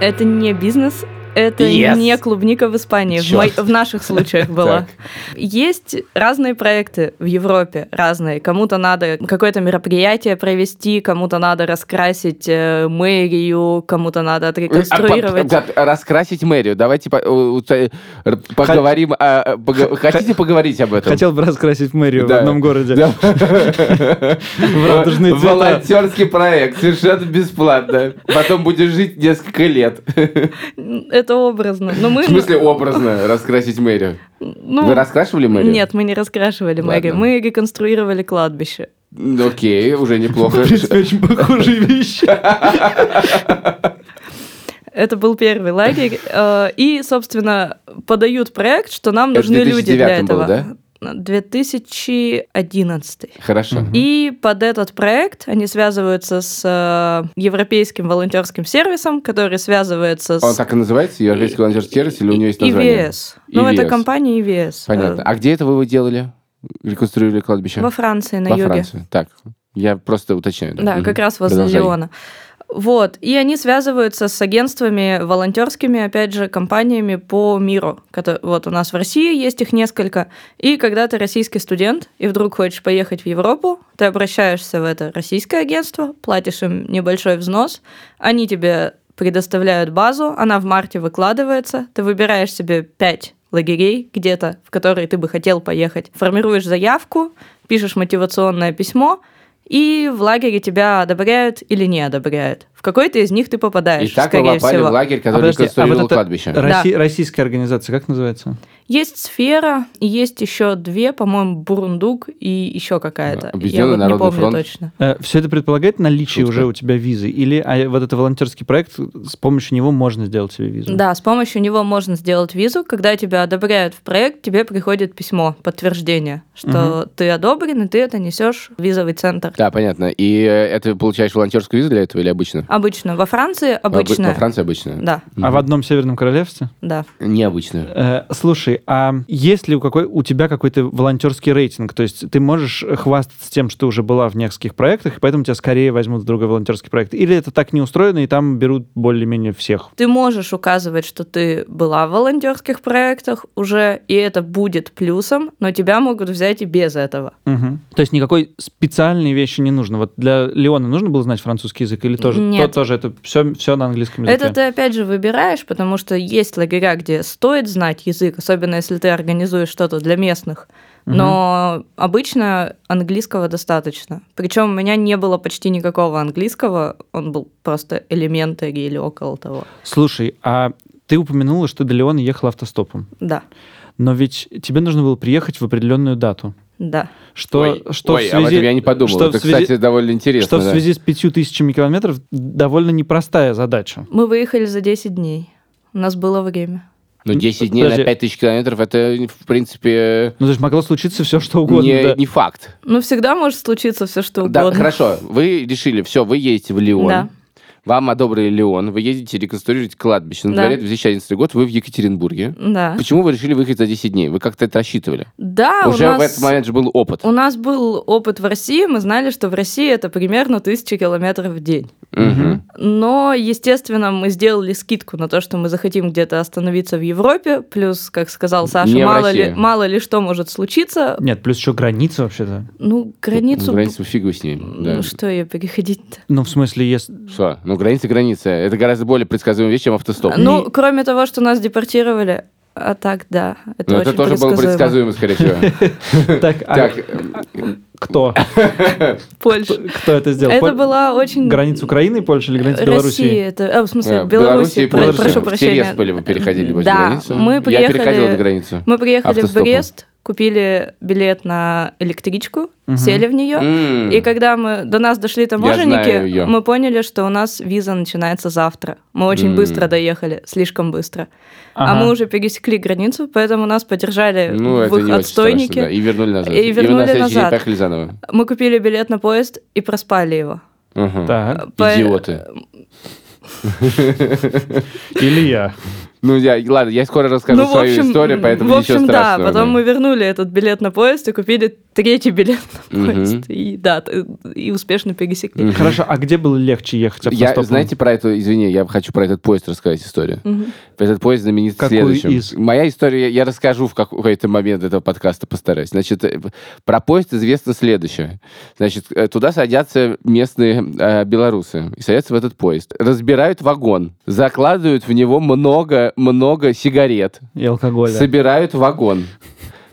Speaker 3: Это не бизнес, это
Speaker 1: Yes.
Speaker 3: не клубника в Испании. В,
Speaker 1: Чёрт.
Speaker 3: мой- в наших
Speaker 1: (laughs)
Speaker 3: случаях была.
Speaker 1: Так.
Speaker 3: Есть разные проекты в Европе, разные. Кому-то надо какое-то мероприятие провести, кому-то надо раскрасить э, мэрию, кому-то надо отреконструировать.
Speaker 1: А, по- да, раскрасить мэрию. Давайте по- у- у- т- р- поговорим. о- о- пого- Хотите поговорить об этом?
Speaker 2: Хотел бы раскрасить мэрию
Speaker 1: Да.
Speaker 2: в одном городе.
Speaker 1: Да.
Speaker 2: (laughs) В радужные цвета.
Speaker 1: Волонтерский проект, совершенно бесплатно. Потом будешь жить несколько лет.
Speaker 3: Это образно. Но мы,
Speaker 1: В смысле образно раскрасить мэрию.
Speaker 3: ну,
Speaker 1: Вы раскрашивали мэрию?
Speaker 3: Нет, мы не раскрашивали
Speaker 1: Ладно.
Speaker 3: мэрию. Мы реконструировали кладбище.
Speaker 1: Ну, Окей, уже
Speaker 2: В
Speaker 1: неплохо.
Speaker 3: (laughs)
Speaker 2: принципе, очень похожие вещи.
Speaker 3: Это был
Speaker 1: (laughs)
Speaker 3: первый лагерь. Э, И, собственно, подают проект, что нам
Speaker 1: Это
Speaker 3: нужны люди для
Speaker 1: 2009 был,
Speaker 3: этого. 2011.
Speaker 1: Хорошо.
Speaker 3: И под этот проект они связываются с э, европейским волонтерским сервисом, который связывается
Speaker 1: А Он
Speaker 3: с
Speaker 1: так и называется? Европейский волонтерский сервис или у него есть название?
Speaker 3: ИВС. Ну, это
Speaker 1: EVS.
Speaker 3: компания ИВС.
Speaker 1: Понятно. А где это вы его делали? Реконструировали кладбище?
Speaker 3: э, Во Франции, на
Speaker 1: Во
Speaker 3: юге.
Speaker 1: Франции. Так, я просто уточняю.
Speaker 3: Да,
Speaker 1: Мгм.
Speaker 3: как раз возле
Speaker 1: Продолжай.
Speaker 3: Леона. Вот, и они связываются с агентствами волонтерскими, опять же, компаниями по миру. кото- Вот у нас в России есть их несколько. И когда ты российский студент и вдруг хочешь поехать в Европу, ты обращаешься в это российское агентство, платишь им небольшой взнос, они тебе предоставляют базу, она в марте выкладывается, ты выбираешь себе 5 лагерей где-то, в которые ты бы хотел поехать, формируешь заявку, пишешь мотивационное письмо, и в лагере тебя одобряют или не одобряют. В какой-то из них ты попадаешь,
Speaker 1: И так вы
Speaker 3: скорее
Speaker 1: попали
Speaker 3: всего.
Speaker 1: в лагерь,
Speaker 2: А
Speaker 1: который
Speaker 2: подожди, а
Speaker 1: реконструировал
Speaker 2: вот это
Speaker 1: кладбище.
Speaker 2: Росси- Российская организация, как называется?
Speaker 3: Есть сфера, и есть еще две, по-моему, Бурундук и еще какая-то. Я
Speaker 1: Объединенный
Speaker 3: вот не
Speaker 1: народный
Speaker 3: помню
Speaker 1: фронт.
Speaker 3: точно.
Speaker 2: Все Э, это предполагает наличие
Speaker 1: Шутка.
Speaker 2: уже у тебя визы? Или а, вот это волонтерский проект, с помощью него можно сделать себе визу?
Speaker 3: Да, с помощью него можно сделать визу. Когда тебя одобряют в проект, тебе приходит письмо, подтверждение, что ты одобрен, и ты это несешь в визовый центр.
Speaker 1: Да, понятно. И э, это получаешь волонтерскую визу для этого или обычно?
Speaker 3: Обычно. Во Франции обычно.
Speaker 1: Во Франции обычно?
Speaker 3: Да,
Speaker 2: А в одном Северном Королевстве?
Speaker 3: да.
Speaker 1: Необычно.
Speaker 2: Э, слушай, а есть ли у, какой, у тебя какой-то волонтерский рейтинг? То есть ты можешь хвастаться тем, что ты уже была в нескольких проектах, и поэтому тебя скорее возьмут в другой волонтерский проект? Или это так не устроено, и там берут более-менее всех?
Speaker 3: Ты можешь указывать, что ты была в волонтерских проектах уже, и это будет плюсом, но тебя могут взять и без этого.
Speaker 2: Мгм. То есть никакой специальной вещи не нужно. Вот для Леона нужно было знать французский язык или тоже,
Speaker 3: Нет.
Speaker 2: то- тоже это все, все на английском языке?
Speaker 3: Это ты опять же выбираешь, потому что есть лагеря, где стоит знать язык, особенно если ты организуешь что-то для местных. но обычно английского достаточно. Причем у меня не было почти никакого английского, он был просто элементарий или около того.
Speaker 2: Слушай, а ты упомянула, что до Леона ехала автостопом.
Speaker 3: Да,
Speaker 2: Но ведь тебе нужно было приехать в определенную дату.
Speaker 3: да.
Speaker 2: Что,
Speaker 1: Ой,
Speaker 2: что
Speaker 1: ой, а об
Speaker 2: в связи,
Speaker 1: этом я не подумал.
Speaker 2: что в
Speaker 1: Это,
Speaker 2: связи-
Speaker 1: кстати, довольно интересно.
Speaker 2: что в
Speaker 1: да.
Speaker 2: связи с пятью тысячами километров довольно непростая задача. Ну,
Speaker 3: Мы выехали за 10 дней. У нас было время.
Speaker 1: Ну, 10 дней
Speaker 2: Подожди.
Speaker 1: на 5000 километров, это, в принципе,
Speaker 2: Ну, то есть могло случиться все, что угодно.
Speaker 1: не,
Speaker 2: да.
Speaker 1: не факт.
Speaker 3: Ну, всегда может случиться все, что
Speaker 1: Да,
Speaker 3: угодно.
Speaker 1: хорошо, вы решили, все, вы едете в Леон.
Speaker 3: Да.
Speaker 1: Вам одобрили Леон, вы едете реконструировать кладбище. На
Speaker 3: Да.
Speaker 1: дворе 2011 год, вы в Екатеринбурге.
Speaker 3: Да.
Speaker 1: Почему вы решили выехать за 10 дней? Вы как-то это рассчитывали?
Speaker 3: Да,
Speaker 1: Уже
Speaker 3: А? у нас...
Speaker 1: в этот момент же был опыт.
Speaker 3: У нас был опыт в России, мы знали, что в России это примерно 1000 километров в день.
Speaker 1: Мгм.
Speaker 3: Но, естественно, мы сделали скидку на то, что мы захотим где-то остановиться в Европе. Плюс, как сказал Саша,
Speaker 1: Не в
Speaker 3: мало ли,
Speaker 1: России.
Speaker 3: мало ли что может случиться.
Speaker 2: Нет, плюс еще граница вообще-то.
Speaker 3: Ну, границу...
Speaker 1: Границу фигу с ней. да.
Speaker 3: Ну, что ее переходить-то?
Speaker 2: Ну, в смысле, если...
Speaker 1: (laughs) Что? Ну, граница граница. Это гораздо более предсказуемая вещь, чем автостоп.
Speaker 3: Ну, кроме того, что нас депортировали. А так, да. Это
Speaker 1: Но
Speaker 3: очень
Speaker 1: Ну, это тоже было предсказуемо,
Speaker 3: предсказуемо.
Speaker 1: скорее всего.
Speaker 2: Так, а
Speaker 1: Так,
Speaker 2: кто?
Speaker 3: Польша.
Speaker 2: Кто это сделал?
Speaker 3: Это
Speaker 2: Поль-
Speaker 3: была очень...
Speaker 2: Граница Украины и Польши или граница
Speaker 3: России,
Speaker 2: Белоруссии?
Speaker 3: это, а, в смысле,
Speaker 1: э,
Speaker 3: Беларуси,
Speaker 1: и
Speaker 3: про-
Speaker 1: Польша.
Speaker 3: прошу
Speaker 1: В
Speaker 3: прощения.
Speaker 1: Тересполе вы переходили вот
Speaker 3: Да,
Speaker 1: границу.
Speaker 3: мы
Speaker 1: Я переходил
Speaker 3: приехали-
Speaker 1: эту границу.
Speaker 3: Мы приехали в
Speaker 1: Автостопом.
Speaker 3: Брест, купили билет на электричку,
Speaker 2: Мгм.
Speaker 3: сели в нее,
Speaker 1: М.
Speaker 3: И когда мы до нас дошли
Speaker 1: знаю её.
Speaker 3: таможенники, мы поняли, что у нас виза начинается завтра. Мы очень
Speaker 1: М.
Speaker 3: быстро доехали, слишком быстро. А
Speaker 2: Ага.
Speaker 3: мы уже пересекли границу, поэтому нас подержали
Speaker 1: Ну,
Speaker 3: в
Speaker 1: это не очень
Speaker 3: их
Speaker 1: страшно, да.
Speaker 3: отстойнике.
Speaker 1: И вернули назад.
Speaker 3: И
Speaker 1: мы на
Speaker 3: вернули
Speaker 1: следующий день
Speaker 3: назад.
Speaker 1: поехали заново.
Speaker 3: Мы купили билет на поезд и проспали его.
Speaker 1: Мгм.
Speaker 2: Так,
Speaker 3: По-
Speaker 1: Идиоты.
Speaker 2: или
Speaker 1: (laughs)
Speaker 2: я.
Speaker 1: Ну, я, ладно, я скоро расскажу
Speaker 3: ну, в
Speaker 1: свою
Speaker 3: общем,
Speaker 1: историю, поэтому
Speaker 3: в
Speaker 1: ничего
Speaker 3: общем, да,
Speaker 1: страшного.
Speaker 3: потом
Speaker 1: да.
Speaker 3: мы вернули этот билет на поезд и купили третий билет на
Speaker 1: Мгм.
Speaker 3: поезд. И да, т- и успешно пересекли.
Speaker 1: Мгм.
Speaker 2: Хорошо, а где было легче ехать
Speaker 1: Я,
Speaker 2: автостопом?
Speaker 1: знаете, про это, извини, я хочу про этот поезд рассказать историю.
Speaker 3: Мгм.
Speaker 1: Этот поезд знаменит
Speaker 2: Какую
Speaker 1: следующим.
Speaker 2: из?
Speaker 1: Моя история, я- я расскажу в какой-то момент этого подкаста, постараюсь. Значит, э, про поезд известно следующее. Значит, э, туда садятся местные э, белорусы и садятся в этот поезд. Разбирают вагон, закладывают в него много-много сигарет,
Speaker 2: И алкоголя.
Speaker 1: собирают вагон.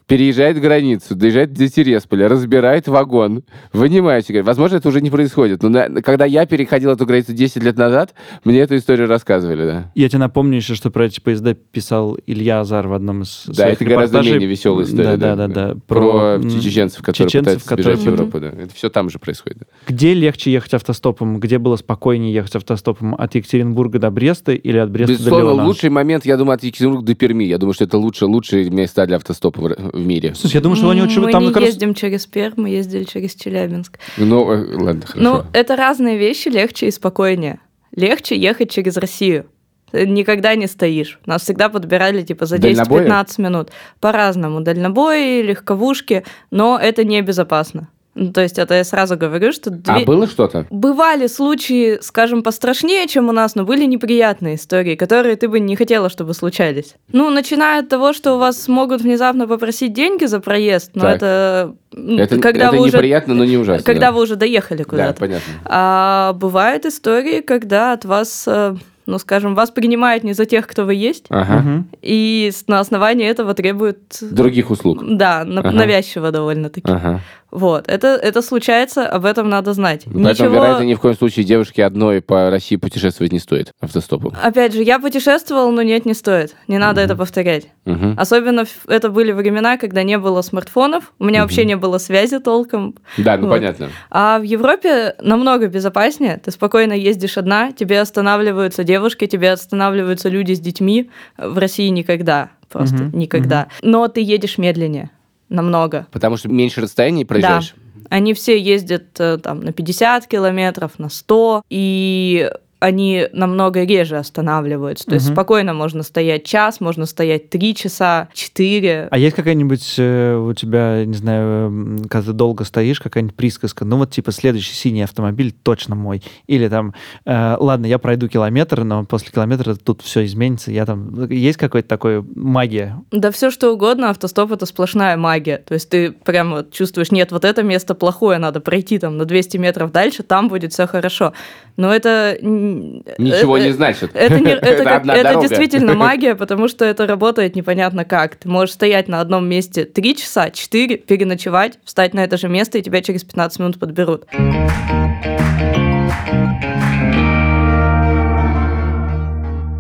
Speaker 1: Переезжает границу, доезжает до Тересполя, разбирает вагон. Вынимает сигареты. Возможно, это уже не происходит. Но на- когда я переходил эту границу 10 лет назад, мне эту историю рассказывали, да.
Speaker 2: Я тебе напомню еще, что про эти поезда писал Илья Азар в одном из
Speaker 1: Да,
Speaker 2: своих
Speaker 1: это гораздо
Speaker 2: репортажей.
Speaker 1: менее веселая история.
Speaker 2: Да, да, да. да.
Speaker 1: Про,
Speaker 2: м,
Speaker 1: чеченцев, которые
Speaker 2: чеченцев,
Speaker 1: пытаются сбежать в
Speaker 2: которые-
Speaker 1: Европу. Да. Это все там же происходит.
Speaker 2: Где легче ехать автостопом? Где было спокойнее ехать автостопом? От Екатеринбурга до Бреста или от Бреста до
Speaker 1: Безусловно,
Speaker 2: Леона?
Speaker 1: лучший момент, я думаю, от Екатеринбурга до Перми. Я думаю, что это лучше, лучшие места для автостопа в, р- в мире.
Speaker 2: Слушай, я думаю, что они очень...
Speaker 3: мы
Speaker 2: там
Speaker 3: не
Speaker 2: как раз-
Speaker 3: ездим через Пермь, мы ездили через Челябинск.
Speaker 1: Ну, э, ладно,
Speaker 3: Ну,
Speaker 1: хорошо.
Speaker 3: это разные вещи, легче и спокойнее. Легче ехать через Россию. Ты никогда не стоишь. Нас всегда подбирали типа за
Speaker 1: Дальнобои?
Speaker 3: 10-15 минут. По-разному. Дальнобои, легковушки, но это небезопасно. Ну, то есть это я сразу говорю, что...
Speaker 1: а
Speaker 3: две-
Speaker 1: было что-то?
Speaker 3: Бывали случаи, скажем, пострашнее, чем у нас, но были неприятные истории, которые ты бы не хотела, чтобы случались. Ну, начиная от того, что у вас могут внезапно попросить деньги за проезд, но
Speaker 1: Так.
Speaker 3: это... м,
Speaker 1: Это, это
Speaker 3: вы уже-
Speaker 1: неприятно, но не ужасно.
Speaker 3: Когда
Speaker 1: да.
Speaker 3: вы уже доехали
Speaker 1: Да,
Speaker 3: куда-то.
Speaker 1: понятно.
Speaker 3: А бывают истории, когда от вас, э, ну скажем, вас принимают не за тех, кто вы есть,
Speaker 1: Ага.
Speaker 2: Мгм.
Speaker 3: и с- на основании этого требуют...
Speaker 1: Других услуг.
Speaker 3: Да, на-
Speaker 1: Ага. А.
Speaker 3: навязчиво довольно-таки.
Speaker 1: Ага.
Speaker 3: Вот, это, это случается, об этом надо знать.
Speaker 1: Поэтому,
Speaker 3: Ничего...
Speaker 1: вероятно, ни в коем случае девушке одной по России путешествовать не стоит автостопом.
Speaker 3: Опять же, я путешествовала, но нет, не стоит. Не надо это повторять.
Speaker 1: Мгм.
Speaker 3: Особенно ф- это были времена, когда не было смартфонов, у меня вообще не было связи толком.
Speaker 1: Да, ну
Speaker 3: Вот.
Speaker 1: понятно.
Speaker 3: А в Европе намного безопаснее. Ты спокойно ездишь одна, тебе останавливаются девушки, тебе останавливаются люди с детьми. В России никогда, просто
Speaker 2: Мгм,
Speaker 3: никогда. Но ты едешь медленнее, намного.
Speaker 1: Потому что меньше расстояний проезжаешь.
Speaker 3: Они все ездят э, там на 50 километров, на 100, и они намного реже останавливаются. То есть
Speaker 2: Мгм.
Speaker 3: спокойно можно стоять час, можно стоять три часа, четыре.
Speaker 2: А есть какая-нибудь э, у тебя, не знаю, м, когда ты долго стоишь, какая-нибудь присказка? Ну вот типа следующий синий автомобиль точно мой. Или там, э, ладно, я пройду километр, но после километра тут все изменится. Я там... э, Есть какой-то такой магия?
Speaker 3: Да все что угодно, автостоп это сплошная магия. То есть ты прям вот чувствуешь, нет, вот это место плохое, надо пройти там на 200 метров дальше, там будет все хорошо. Но это н-
Speaker 1: Ничего
Speaker 2: Э,
Speaker 1: не значит.
Speaker 3: Это, не- это,
Speaker 1: Это
Speaker 3: как-
Speaker 1: одна
Speaker 3: это
Speaker 1: дорога.
Speaker 3: действительно магия, потому что это работает непонятно как. Ты можешь стоять на одном месте 3 часа, 4, переночевать, встать на это же место, и тебя через 15 минут подберут.
Speaker 2: э.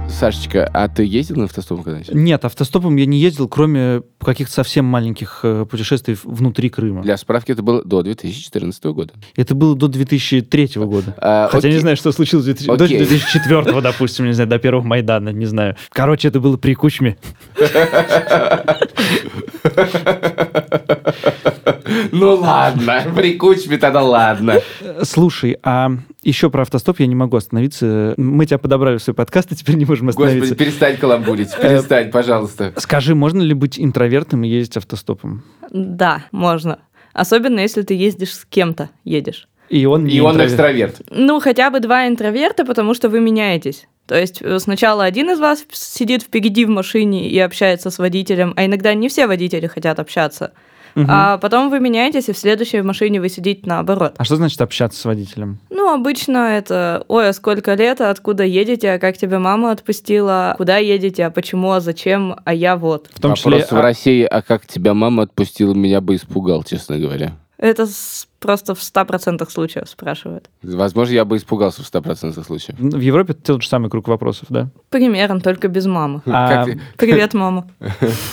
Speaker 1: Сашечка, а ты ездил на автостопом когда-нибудь?
Speaker 2: Нет, автостопом я не ездил, кроме каких-то совсем маленьких э, путешествий внутри Крыма.
Speaker 1: Для справки, это было до 2014 года.
Speaker 2: Это было до 2003 года.
Speaker 1: А,
Speaker 2: Хотя
Speaker 1: окей.
Speaker 2: не знаю, что случилось в 2000 до
Speaker 1: Окей.
Speaker 2: 2004, допустим, не знаю, до первого Майдана, не знаю. Короче, это было при Кучме.
Speaker 1: Ну ладно, (laughs) при Кучме тогда ладно.
Speaker 2: Э, Слушай, а еще про автостоп я не могу остановиться. Мы тебя подобрали в свой подкаст, и теперь не можем
Speaker 1: Господи,
Speaker 2: остановиться.
Speaker 1: перестань каламбурить,
Speaker 2: э,
Speaker 1: перестань, пожалуйста.
Speaker 2: Скажи, можно ли быть интровертом и ездить автостопом?
Speaker 3: Да, можно. Особенно, если ты ездишь с кем-то, едешь.
Speaker 2: И он не
Speaker 1: И он
Speaker 2: интроверт.
Speaker 1: экстраверт.
Speaker 3: Ну, хотя бы два интроверта, потому что вы меняетесь. То есть э, сначала один из вас сидит впереди в машине и общается с водителем, а иногда не все водители хотят общаться.
Speaker 2: Мгм.
Speaker 3: А потом вы меняетесь, и в следующей машине вы сидите наоборот.
Speaker 2: А что значит общаться с водителем?
Speaker 3: Ну, обычно это, ой, а сколько лет, а откуда едете, а как тебя мама отпустила, куда едете, а почему, а зачем, а я вот.
Speaker 2: В том числе...
Speaker 1: Вопрос в России, а как тебя мама отпустила, меня бы испугал, честно говоря.
Speaker 3: Это с- просто в 100% случаев спрашивают.
Speaker 1: Возможно, я бы испугался в 100% случаев.
Speaker 2: В Европе тот же самый круг вопросов, да?
Speaker 3: Примерно, только без мамы.
Speaker 1: Ну, Как
Speaker 2: А,
Speaker 1: ты-
Speaker 3: Привет, мама.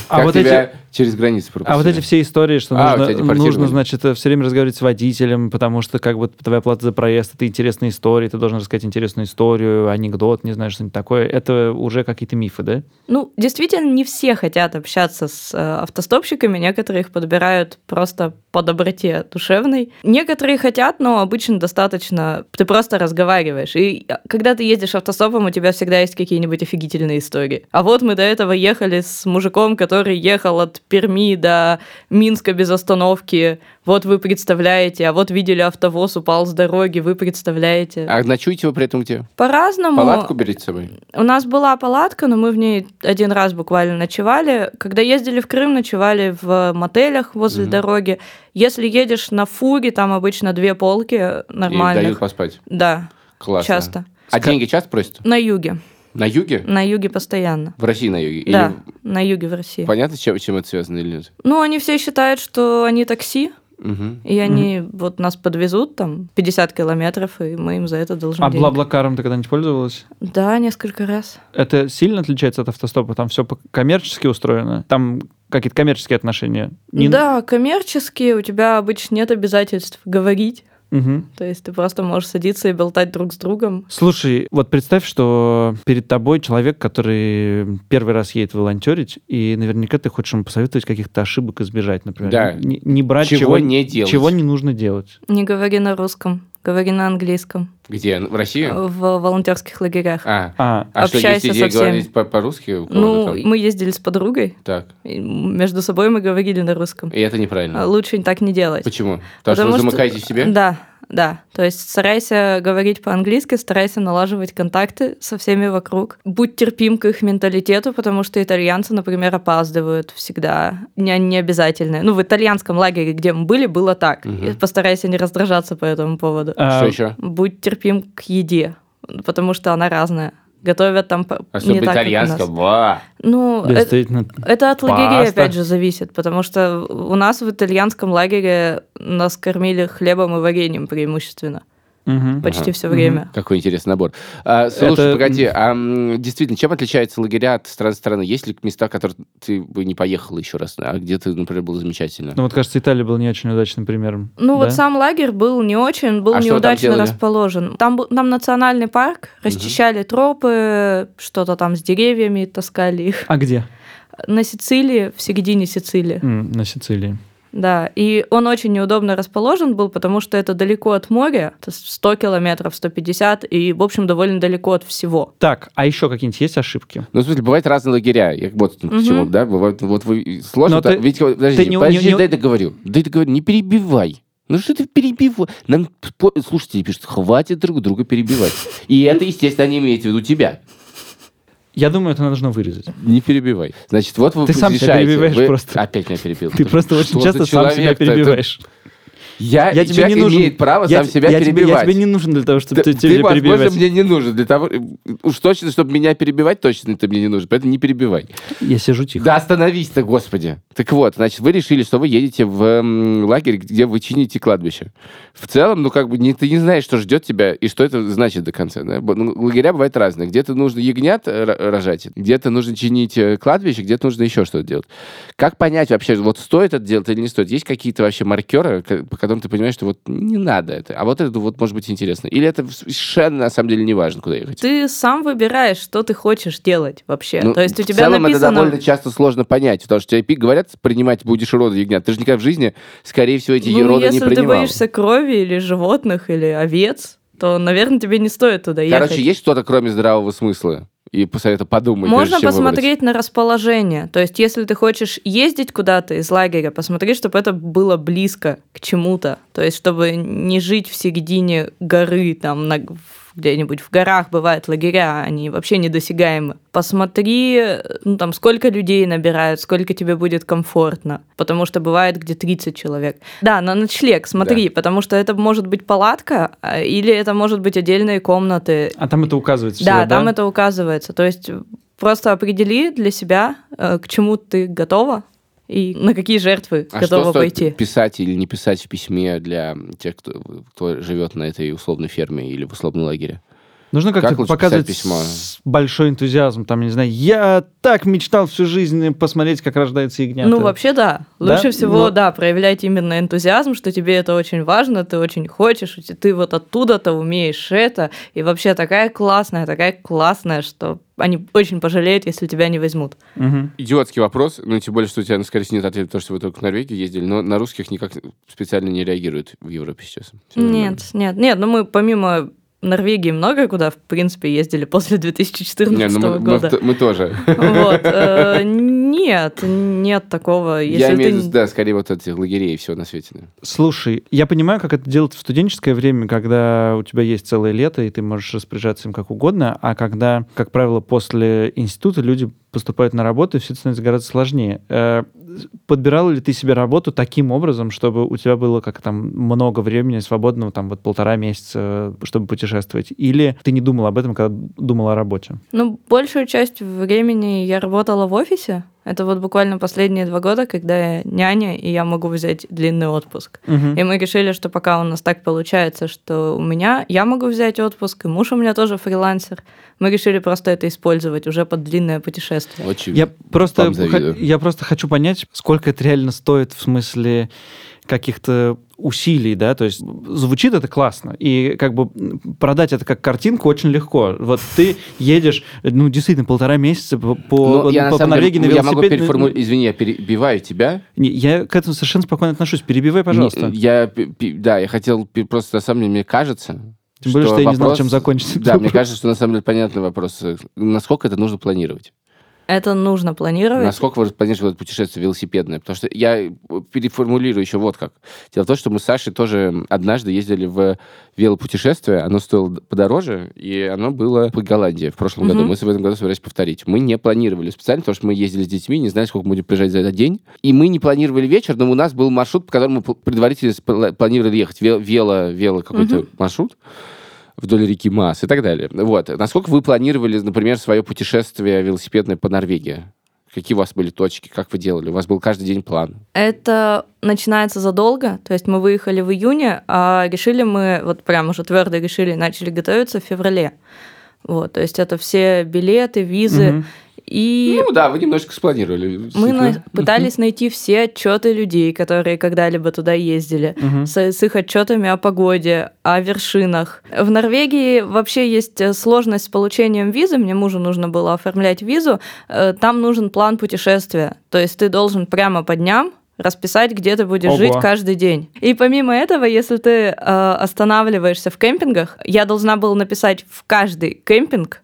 Speaker 2: а
Speaker 1: как
Speaker 2: вот
Speaker 1: тебя
Speaker 2: эти...
Speaker 1: через границу пропустили?
Speaker 2: А вот эти все истории, что
Speaker 1: А, у тебя
Speaker 2: нужно,
Speaker 1: депортировали.
Speaker 2: нужно, значит, все время разговаривать с водителем, потому что как бы твоя плата за проезд, это интересная история, ты должен рассказать интересную историю, анекдот, не знаю, что-нибудь такое. Это уже какие-то мифы, да?
Speaker 3: Ну, действительно, не все хотят общаться с э, автостопщиками, некоторые их подбирают просто по доброте душевной. Некоторые хотят, но обычно достаточно, ты просто разговариваешь. И э, когда ты ездишь автостопом, у тебя всегда есть какие-нибудь офигительные истории. А вот мы до этого ехали с мужиком, который ехал от Перми до Минска без остановки. Вот вы представляете, а вот видели автовоз, упал с дороги, вы представляете.
Speaker 1: А ночуете вы при этом где?
Speaker 3: По-разному.
Speaker 1: Палатку берите с собой?
Speaker 3: У нас была палатка, но мы в ней один раз буквально ночевали. Когда ездили в Крым, ночевали в мотелях возле
Speaker 1: Мгм.
Speaker 3: дороги. Если едешь на фуре, там обычно две полки
Speaker 1: И
Speaker 3: нормальных.
Speaker 1: дают поспать?
Speaker 3: Да,
Speaker 1: Классно.
Speaker 3: часто.
Speaker 1: А деньги часто просят?
Speaker 3: На юге.
Speaker 1: На юге?
Speaker 3: На юге постоянно.
Speaker 1: В России на юге? Или
Speaker 3: Да, на юге в России.
Speaker 1: Понятно, чем, чем это связано или нет?
Speaker 3: Ну, они все считают, что они такси,
Speaker 1: Мгм.
Speaker 3: и они вот нас подвезут там 50 километров, и мы им за это должны
Speaker 2: А
Speaker 3: денег.
Speaker 2: бла-блакаром ты когда-нибудь пользовалась?
Speaker 3: Да, несколько раз.
Speaker 2: Это сильно отличается от автостопа? Там все коммерчески устроено? Там какие-то коммерческие отношения? Не-
Speaker 3: Да, коммерческие, у тебя обычно нет обязательств говорить.
Speaker 2: Мгм.
Speaker 3: То есть ты просто можешь садиться и болтать друг с другом.
Speaker 2: Слушай, вот представь, что перед тобой человек, который первый раз едет волонтерить, и наверняка ты хочешь ему посоветовать каких-то ошибок избежать, например.
Speaker 1: Да.
Speaker 2: Не, не брать
Speaker 1: Чего
Speaker 2: чего,
Speaker 1: не делать.
Speaker 2: Чего не нужно делать.
Speaker 3: Не говори на русском, говори на английском.
Speaker 1: Где? Ну, В России?
Speaker 3: В волонтерских лагерях.
Speaker 1: Э. А,
Speaker 2: А,
Speaker 1: а что, есть
Speaker 3: Общайся со
Speaker 1: идея
Speaker 3: всеми.
Speaker 1: говорить по- по-русски? у кого-то
Speaker 3: ну,
Speaker 1: там?
Speaker 3: мы ездили с подругой,
Speaker 1: Так.
Speaker 3: и между собой мы говорили на русском.
Speaker 1: И это неправильно.
Speaker 3: А Лучше так не делать.
Speaker 1: Почему? Потому, что вы замыкаете в себе?
Speaker 3: Да, да. То есть старайся говорить по-английски, старайся налаживать контакты со всеми вокруг. Будь терпим к их менталитету, потому что итальянцы, например, опаздывают всегда. Не, не обязательно. Ну, в итальянском лагере, где мы были, было так.
Speaker 1: Мгм.
Speaker 3: И Постарайся не раздражаться по этому поводу.
Speaker 1: Что
Speaker 2: А,
Speaker 1: еще?
Speaker 3: Будь терпим к еде, потому что она разная. Готовят там по- не
Speaker 1: Особенно
Speaker 3: так, как у нас.
Speaker 1: итальянское. Ба!
Speaker 3: Ну, это-
Speaker 2: Действительно.
Speaker 3: это от лагерей,
Speaker 2: Паста.
Speaker 3: опять же, зависит, потому что у нас в итальянском лагере нас кормили хлебом и вареньем преимущественно
Speaker 2: Мгм.
Speaker 3: почти
Speaker 1: Ага.
Speaker 3: все
Speaker 2: Мгм.
Speaker 3: время.
Speaker 1: Какой интересный набор. А, слушай,
Speaker 2: Это-
Speaker 1: погоди, а м, действительно, чем отличаются лагеря от страны к стране? Есть ли места, которые ты бы не поехал еще раз, а где ты, например, было замечательно?
Speaker 2: Ну вот, кажется, Италия была не очень удачным примером.
Speaker 3: Ну
Speaker 2: Да?
Speaker 3: вот сам лагерь был не очень, был
Speaker 1: А что вы там
Speaker 3: неудачно
Speaker 1: делали?
Speaker 3: расположен. Там был там национальный парк, расчищали тропы, что-то там с деревьями таскали их.
Speaker 2: А где?
Speaker 3: На Сицилии, в середине Сицилии.
Speaker 2: М, на Сицилии.
Speaker 3: Да, и он очень неудобно расположен был, потому что это далеко от моря, это 100 километров, 150, и, в общем, довольно далеко от всего.
Speaker 2: Так, а еще какие-нибудь есть ошибки?
Speaker 1: Ну, в смысле, бывают разные лагеря. Я вот ну, к
Speaker 3: Мгм.
Speaker 1: чему, да? Бывает, вот вы сложно.
Speaker 2: Но
Speaker 1: так-
Speaker 2: ты-
Speaker 1: Ведь, подожди,
Speaker 2: ты не-
Speaker 1: подожди,
Speaker 2: не- не-
Speaker 1: дай договорю. Дай договорю, не перебивай. Ну что ты перебиваешь? Нам спо- слушатели пишут, хватит друг друга перебивать. И это, естественно, они имеют в виду тебя.
Speaker 2: Я думаю, это
Speaker 1: (laughs)
Speaker 2: нужно вырезать.
Speaker 1: Не перебивай. Значит, вот вы
Speaker 2: Ты сам себя
Speaker 1: решаете.
Speaker 2: перебиваешь
Speaker 1: Вы-
Speaker 2: просто.
Speaker 1: Опять меня перебил.
Speaker 2: Ты просто
Speaker 1: Что
Speaker 2: очень
Speaker 1: за
Speaker 2: часто сам себя
Speaker 1: человек-то? Это-
Speaker 2: перебиваешь.
Speaker 1: Я,
Speaker 2: Я тебе
Speaker 1: человек
Speaker 2: не нужен.
Speaker 1: имеет право
Speaker 2: я
Speaker 1: сам
Speaker 2: т-
Speaker 1: себя
Speaker 2: я тебе-
Speaker 1: перебивать.
Speaker 2: я тебе не нужен для того, чтобы
Speaker 1: Ты,
Speaker 2: ты,
Speaker 1: ты,
Speaker 2: тебя
Speaker 1: возможно,
Speaker 2: перебивать.
Speaker 1: мне не нужен. Для того, уж точно, чтобы меня перебивать, точно ты мне не нужен. Поэтому не перебивай.
Speaker 2: Я сижу тихо.
Speaker 1: Да остановись-то, господи. Так вот, значит, вы решили, что вы едете в м, лагерь, где вы чините кладбище. В целом, ну, как бы, не, ты не знаешь, что ждет тебя и что это значит до конца. да. Б- ну, лагеря бывают разные. Где-то нужно ягнят э, ро- рожать, где-то нужно чинить э, кладбище, где-то нужно еще что-то делать. Как понять вообще, вот стоит это делать или не стоит? Есть какие-то вообще маркеры, к- по которым ты понимаешь, что вот не надо это, а вот это вот может быть интересно? Или это совершенно, на самом деле, не важно, куда ехать?
Speaker 3: Ты сам выбираешь, что ты хочешь делать вообще.
Speaker 1: Ну,
Speaker 3: То есть у
Speaker 1: в
Speaker 3: тебя
Speaker 1: целом это
Speaker 3: написано...
Speaker 1: довольно часто сложно понять, потому что тебе пи- говорят, принимать будешь роды ягнят. Ты же никогда в жизни, скорее всего, эти
Speaker 3: ну,
Speaker 1: роды не
Speaker 3: если ты
Speaker 1: принимал.
Speaker 3: боишься крови или животных, или овец, то, наверное, тебе не стоит туда
Speaker 1: Короче,
Speaker 3: ехать.
Speaker 1: есть что-то, кроме здравого смысла? И посоветую подумать, прежде
Speaker 3: Можно
Speaker 1: чем выбрать.
Speaker 3: посмотреть на расположение. То есть, если ты хочешь ездить куда-то из лагеря, посмотри, чтобы это было близко к чему-то. То есть, чтобы не жить в середине горы, там, на- в- где-нибудь в горах бывают лагеря, они вообще недосягаемы. Посмотри, ну, там, сколько людей набирают, сколько тебе будет комфортно. Потому что бывает, где 30 человек. Да, на ночлег смотри, потому что это может быть палатка, а, или это может быть отдельные комнаты,
Speaker 2: А там это указывается
Speaker 3: да,
Speaker 2: всегда,
Speaker 3: там это указывается. То есть э, просто определи для себя, э, к чему ты готова и на какие жертвы
Speaker 1: А что
Speaker 3: готова
Speaker 1: стоит
Speaker 3: пойти.
Speaker 1: писать или не писать в письме для тех, кто, кто живет на этой условной ферме или в условном лагере?
Speaker 2: Нужно как-то
Speaker 1: Как лучше
Speaker 2: показывать
Speaker 1: писать письмо?
Speaker 2: с большой энтузиазм, там, я не знаю, я так мечтал всю жизнь посмотреть, как рождается ягнята.
Speaker 3: Ну, вообще, да.
Speaker 2: Да?
Speaker 3: Лучше всего,
Speaker 1: Ну,
Speaker 2: Но-
Speaker 3: да, проявлять именно энтузиазм, что тебе это очень важно, ты очень хочешь, и ты вот оттуда-то умеешь это, и вообще такая классная, такая классная, что они очень пожалеют, если тебя не возьмут.
Speaker 2: Мгм.
Speaker 1: Идиотский вопрос, ну, тем более, что у тебя, скорее всего, нет ответа, потому что вы только в Норвегию ездили, но на русских никак специально не реагируют в Европе сейчас. Всё нормально.
Speaker 3: Нет, нет, нет, ну мы помимо Норвегии много куда, в принципе, ездили (laughs) после 2014
Speaker 1: Не, ну, мы- мы-
Speaker 3: года.
Speaker 1: мы тоже.
Speaker 3: Вот. э, Нет, нет такого.
Speaker 1: Я
Speaker 3: Если
Speaker 1: имею в
Speaker 3: ты...
Speaker 1: виду, да, скорее вот этих лагерей и всего на свете. да.
Speaker 2: Слушай, я понимаю, как это делать в студенческое время, когда у тебя есть целое лето, и ты можешь распоряжаться им как угодно, а когда, как правило, после института люди поступают на работу, и все это становится гораздо сложнее. Э, Подбирал ли ты себе работу таким образом, чтобы у тебя было как там много времени свободного, там вот полтора месяца, э, чтобы путешествовать? Или ты не думал об этом, когда думал о работе?
Speaker 3: Ну, большую часть времени я работала в офисе. Это вот буквально последние два года, когда я няня, и я могу взять длинный отпуск. И мы решили, что пока у нас так получается, что у меня я могу взять отпуск, и муж у меня тоже фрилансер, мы решили просто это использовать уже под длинное путешествие.
Speaker 1: Очень.
Speaker 2: Я просто,
Speaker 1: Вам завидую.
Speaker 2: х- я просто хочу понять, сколько это реально стоит в смысле каких-то усилий, да, то есть звучит это классно, и как бы м, продать это как картинку очень легко. Вот ты едешь, ну, действительно, полтора месяца по,
Speaker 1: Но
Speaker 2: по,
Speaker 1: Ну, я на
Speaker 2: по
Speaker 1: самом деле-
Speaker 2: Норвегии на
Speaker 1: я могу
Speaker 2: велосипеде.
Speaker 1: переформу- Извини, я перебиваю тебя.
Speaker 2: Не, я к этому совершенно спокойно отношусь. Перебивай, пожалуйста.
Speaker 1: Не- э, Я, пи- пи- да, я хотел пи- просто, на самом деле, мне кажется...
Speaker 2: Тем более, что я не знал,
Speaker 1: вопрос-
Speaker 2: чем закончится.
Speaker 1: Да, мне кажется, что на самом деле понятный вопрос. э, Насколько это нужно планировать?
Speaker 3: Это нужно планировать.
Speaker 1: Насколько вы планируете вот это путешествие велосипедное? Потому что я э, переформулирую еще вот как. Дело в том, что мы с Сашей тоже однажды ездили в велопутешествие. Оно стоило д- подороже, и оно было по Голландии в прошлом
Speaker 3: Мгм.
Speaker 1: году. Мы с- в этом году собирались повторить. Мы не планировали специально, потому что мы ездили с детьми, не знали, сколько будем приезжать за этот день. И мы не планировали вечер, но у нас был маршрут, по которому мы пл- предварительно спла- планировали ехать. Ве- Вело, вело какой-то маршрут вдоль реки Мас и так далее. Вот. Насколько вы планировали, например, свое путешествие велосипедное по Норвегии? Какие у вас были точки? Как вы делали? У вас был каждый день план.
Speaker 3: Это начинается задолго, то есть мы выехали в июне, а решили мы, вот прям уже твердо решили, начали готовиться в феврале. Вот, то есть это все билеты, визы.
Speaker 2: Мгм.
Speaker 3: И
Speaker 1: Ну да, вы немножко спланировали.
Speaker 3: мы на-
Speaker 1: действительно.
Speaker 3: пытались найти все отчеты людей, которые когда-либо туда ездили,
Speaker 2: Мгм.
Speaker 3: с, с их отчетами о погоде, о вершинах. В Норвегии вообще есть э, сложность с получением визы. Мне мужу нужно было оформлять визу. Э, Там нужен план путешествия. То есть ты должен прямо по дням расписать, где ты будешь
Speaker 2: Ого.
Speaker 3: жить каждый день. И помимо этого, если ты э, останавливаешься в кемпингах, я должна была написать в каждый кемпинг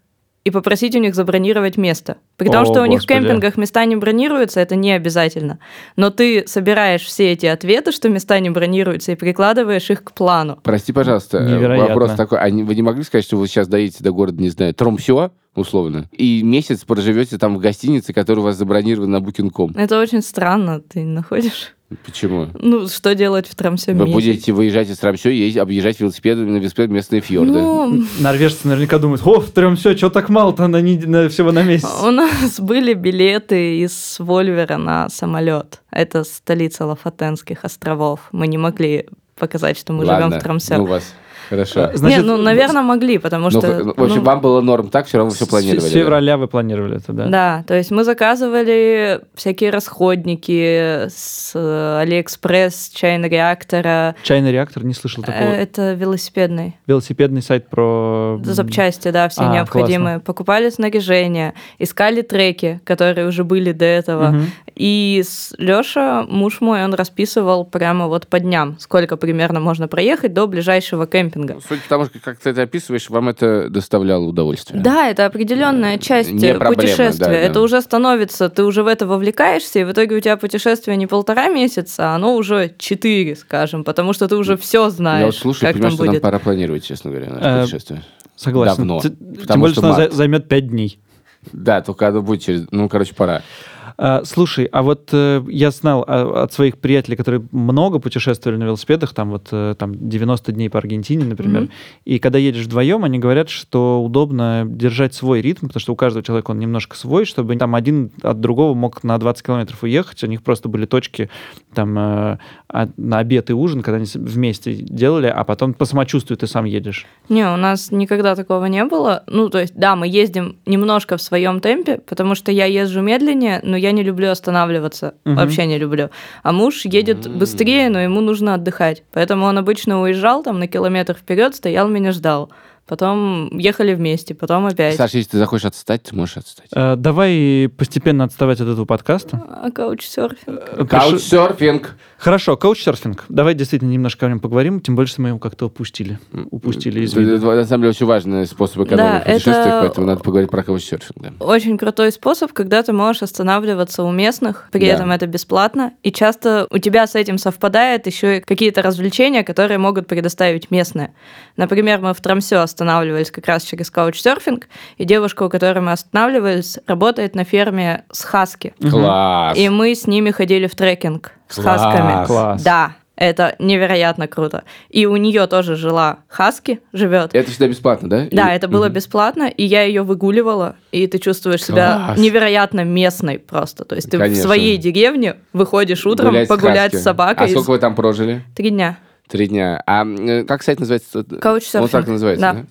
Speaker 3: и попросить у них забронировать место. При том,
Speaker 2: О,
Speaker 3: что у них в
Speaker 2: господи.
Speaker 3: кемпингах места не бронируются, это не обязательно. Но ты собираешь все эти ответы, что места не бронируются, и прикладываешь их к плану.
Speaker 1: Прости, пожалуйста, э,
Speaker 2: Невероятно.
Speaker 1: вопрос такой. А не- вы не могли сказать, что вы сейчас доедете до города, не знаю, Тромсё, условно, и месяц проживете там в гостинице, которая у вас забронирована на Booking.com?
Speaker 3: Это очень странно, ты не находишь?
Speaker 1: Почему?
Speaker 3: Ну, что делать в Трамсе?
Speaker 1: Вы будете выезжать из Трамсё и ездить- объезжать велосипедами на велосипед местные фьорды.
Speaker 3: Ну,
Speaker 2: Норвежцы наверняка думают, о, в все, что так мало-то на, нед- на всего на месяц.
Speaker 1: (laughs)
Speaker 3: Ну, у нас были билеты из Вольвера на самолет. Это столица Лафатенских островов. Мы не могли показать, что мы живем
Speaker 1: Ладно,
Speaker 3: в Трамсе.
Speaker 1: ну вас. Хорошо.
Speaker 2: Э, значит,
Speaker 3: не, ну, наверное, могли,
Speaker 1: Ну,
Speaker 3: потому что...
Speaker 1: в общем,
Speaker 3: ну,
Speaker 1: вам было норм так, все равно вы все
Speaker 2: С-
Speaker 1: планировали.
Speaker 2: С
Speaker 1: да?
Speaker 2: февраля вы планировали это, да?
Speaker 3: Да, то есть мы заказывали всякие расходники с э, Алиэкспресс, чайно реактора.
Speaker 2: Чайный реактор, не слышал такого.
Speaker 3: Э, Это велосипедный.
Speaker 2: Велосипедный сайт про... м,
Speaker 3: Запчасти, да, все
Speaker 2: А,
Speaker 3: необходимые. Покупали снаряжение, искали треки, которые уже были до этого.
Speaker 2: Мгм.
Speaker 3: И Леша, муж мой, он расписывал прямо вот по дням, сколько примерно можно проехать до ближайшего кемпинга.
Speaker 1: Ну, Судя по тому, что как ты это описываешь, вам это доставляло удовольствие.
Speaker 3: Да, это определенная
Speaker 1: Э,
Speaker 3: часть
Speaker 1: не
Speaker 3: э,
Speaker 1: проблема,
Speaker 3: путешествия.
Speaker 1: да, да.
Speaker 3: Это уже становится, ты уже в это вовлекаешься, и в итоге у тебя путешествие не полтора месяца, а оно уже четыре, скажем, потому что ты уже все
Speaker 1: Я вот
Speaker 3: знаешь,
Speaker 1: слушаю,
Speaker 3: как
Speaker 1: понимаю,
Speaker 3: там
Speaker 1: что нам
Speaker 3: будет.
Speaker 1: пора планировать, честно говоря,
Speaker 2: Э,
Speaker 1: наше путешествие.
Speaker 2: Согласен.
Speaker 1: Давно.
Speaker 2: Т- Тем
Speaker 1: Потому
Speaker 2: более,
Speaker 1: что
Speaker 2: что она
Speaker 1: март.
Speaker 2: за- займет 5 дней.
Speaker 1: Да, только оно будет через... Ну, короче, пора.
Speaker 2: А, Слушай, а вот э, я знал а, от своих приятелей, которые много путешествовали на велосипедах, там вот э, там 90 дней по Аргентине, например,
Speaker 3: Мгм.
Speaker 2: и когда едешь вдвоем, они говорят, что удобно держать свой ритм, потому что у каждого человека он немножко свой, чтобы там один от другого мог на 20 километров уехать, у них просто были точки там э, а- на обед и ужин, когда они с- вместе делали, а потом по самочувствию ты сам едешь.
Speaker 3: Не, у нас никогда такого не было. Ну, то есть, да, мы ездим немножко в своем темпе, потому что я езжу медленнее, но я не люблю останавливаться.
Speaker 2: Мгм.
Speaker 3: Вообще не люблю. А муж едет
Speaker 1: М.
Speaker 3: быстрее, но ему нужно отдыхать. Поэтому он обычно уезжал там на километр вперед, стоял, меня ждал. Потом ехали вместе, потом опять.
Speaker 1: Саша, если ты захочешь отстать, ты можешь отстать.
Speaker 2: Э, Давай постепенно отставать от этого подкаста.
Speaker 3: А каучсерфинг?
Speaker 2: Э, приш-
Speaker 1: Каучсерфинг.
Speaker 2: Хорошо, коуч-серфинг. Давай действительно немножко о нем поговорим, тем больше, что мы его как-то упустили. Упустили из виду.
Speaker 1: Это, на самом деле, очень важный способ экономии
Speaker 3: Да,
Speaker 1: в путешествиях,
Speaker 3: это-
Speaker 1: поэтому надо поговорить про каучсерфинг. Да.
Speaker 3: Очень крутой способ, когда ты можешь останавливаться у местных, при
Speaker 1: Да.
Speaker 3: этом это бесплатно, и часто у тебя с этим совпадает еще и какие-то развлечения, которые могут предоставить местные. Например, мы в Трамсе останавливались как раз через каучсерфинг, и девушка, у которой мы останавливались, работает на ферме с хаски.
Speaker 2: Мгм.
Speaker 1: Класс.
Speaker 3: И мы с ними ходили в трекинг с
Speaker 1: Класс.
Speaker 3: хасками.
Speaker 2: Класс.
Speaker 3: Да, это невероятно круто. И у нее тоже жила хаски, живет.
Speaker 1: Это всегда бесплатно, да?
Speaker 3: Да,
Speaker 1: И-
Speaker 3: это было
Speaker 1: Мгм.
Speaker 3: бесплатно, и я ее выгуливала, и ты чувствуешь себя
Speaker 1: Класс.
Speaker 3: невероятно местной просто. То есть ты
Speaker 1: Конечно.
Speaker 3: в своей деревне выходишь утром
Speaker 1: Гулять с
Speaker 3: погулять с,
Speaker 1: хаски.
Speaker 3: собакой.
Speaker 1: А сколько вы там прожили?
Speaker 3: Три дня.
Speaker 1: Три дня. А э, как сайт называется?
Speaker 3: Couchsurfing.
Speaker 1: Он так и называется,
Speaker 3: Да.
Speaker 1: да?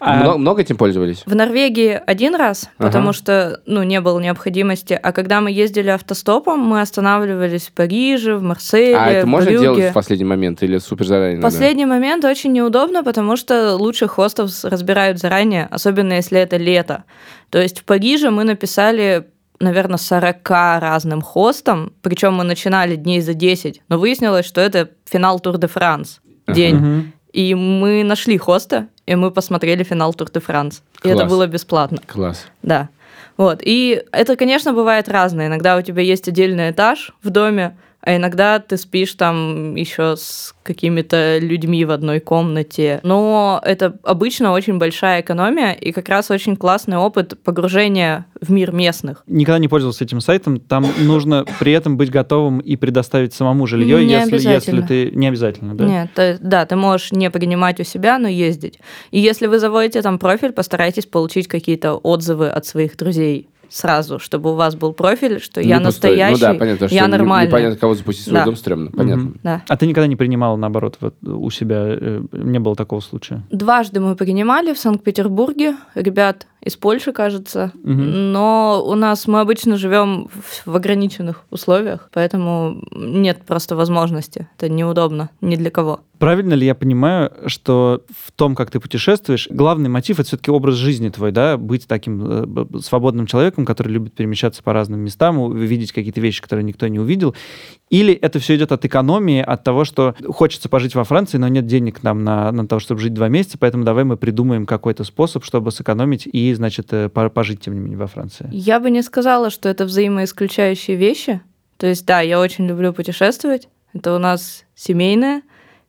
Speaker 2: А-
Speaker 1: Много, много этим пользовались?
Speaker 3: В Норвегии один раз,
Speaker 1: Ага.
Speaker 3: потому что, ну, не было необходимости. А когда мы ездили автостопом, мы останавливались в Париже, в Марселе,
Speaker 1: а это
Speaker 3: в
Speaker 1: можно
Speaker 3: Брюгге.
Speaker 1: делать в последний момент или супер заранее? надо?
Speaker 3: Последний момент очень неудобно, потому что лучших хостов с- разбирают заранее, особенно если это лето. То есть в Париже мы написали наверное, 40 разным хостам, причем мы начинали дней за 10, но выяснилось, что это финал Тур де Франс
Speaker 1: Ага.
Speaker 3: день.
Speaker 2: Мгм.
Speaker 3: И мы нашли хоста, и мы посмотрели финал Тур де Франс. И это
Speaker 1: Класс.
Speaker 3: было бесплатно.
Speaker 1: Класс.
Speaker 3: Да. Вот. И это, конечно, бывает разное. Иногда у тебя есть отдельный этаж в доме, а иногда ты спишь там еще с какими-то людьми в одной комнате. Но это обычно очень большая экономия и как раз очень классный опыт погружения в мир местных.
Speaker 2: Никогда не пользовался этим сайтом. Там нужно при этом быть готовым и предоставить самому жилье,
Speaker 3: Не
Speaker 2: если, если
Speaker 3: обязательно.
Speaker 2: ты не обязательно, да?
Speaker 3: Нет, то- да, ты можешь не принимать у себя, но ездить. И если вы заводите там профиль, постарайтесь получить какие-то отзывы от своих друзей сразу, чтобы у вас был профиль, что я
Speaker 1: Не пустой.
Speaker 3: настоящий,
Speaker 1: Ну да, понятно, что
Speaker 3: я
Speaker 1: не-
Speaker 3: нормальный.
Speaker 1: непонятно, кого запустить в свой
Speaker 3: Да.
Speaker 1: дом стрёмно.
Speaker 2: Мгм.
Speaker 1: Понятно.
Speaker 3: Да.
Speaker 2: А ты никогда не принимал, наоборот, вот, у себя? э, Не было такого случая?
Speaker 3: Дважды мы принимали в Санкт-Петербурге ребят из Польши, кажется.
Speaker 2: Мгм.
Speaker 3: Но у нас мы обычно живем в, в ограниченных условиях, поэтому нет просто возможности. Это неудобно ни для кого.
Speaker 2: Правильно ли я понимаю, что в том, как ты путешествуешь, главный мотив это все-таки образ жизни твой, да, быть таким э, б- б- свободным человеком, который любит перемещаться по разным местам, у- видеть какие-то вещи, которые никто не увидел, или это все идет от экономии, от того, что хочется пожить во Франции, но нет денег нам на, на то, чтобы жить два месяца, поэтому давай мы придумаем какой-то способ, чтобы сэкономить и, значит, э, по- пожить тем не менее во Франции.
Speaker 3: Я бы не сказала, что это взаимоисключающие вещи. То есть, да, я очень люблю путешествовать. Это у нас семейное.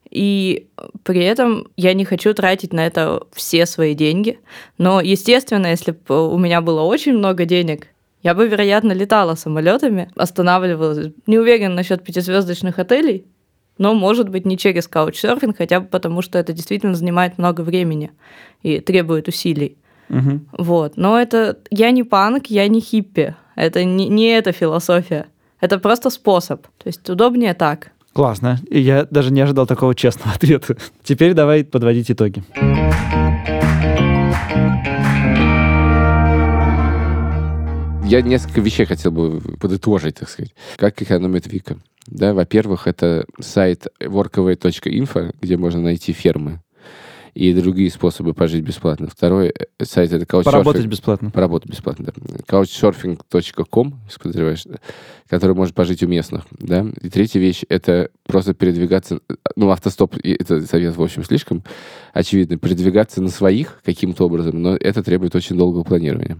Speaker 3: И при этом я не хочу тратить на это все свои деньги. Но, естественно, если бы у меня было очень много денег, Я бы, вероятно, летала самолетами, останавливалась. Не уверен насчет пятизвездочных отелей, но, может быть, не через каучсерфинг, хотя бы потому, что это действительно занимает много времени и требует усилий.
Speaker 2: Мгм.
Speaker 3: Вот. Но это... Я не панк, я не хиппи. Это не, не эта философия. Это просто способ. То есть удобнее так.
Speaker 2: Классно. И я даже не ожидал такого честного ответа. Теперь давай подводить итоги.
Speaker 1: Я несколько вещей хотел бы подытожить, так сказать. Как экономит Вика? Да, во-первых, это сайт workaway.info, где можно найти фермы и другие способы пожить бесплатно. Второй э, сайт — это Couchsurfing.
Speaker 2: Поработать бесплатно.
Speaker 1: Поработать бесплатно, да. Couchsurfing.com, если подозреваешь, который может пожить у местных, да. И третья вещь — это просто передвигаться... Ну, автостоп, и это совет, в общем, слишком очевидный. Передвигаться на своих каким-то образом, но это требует очень долгого планирования.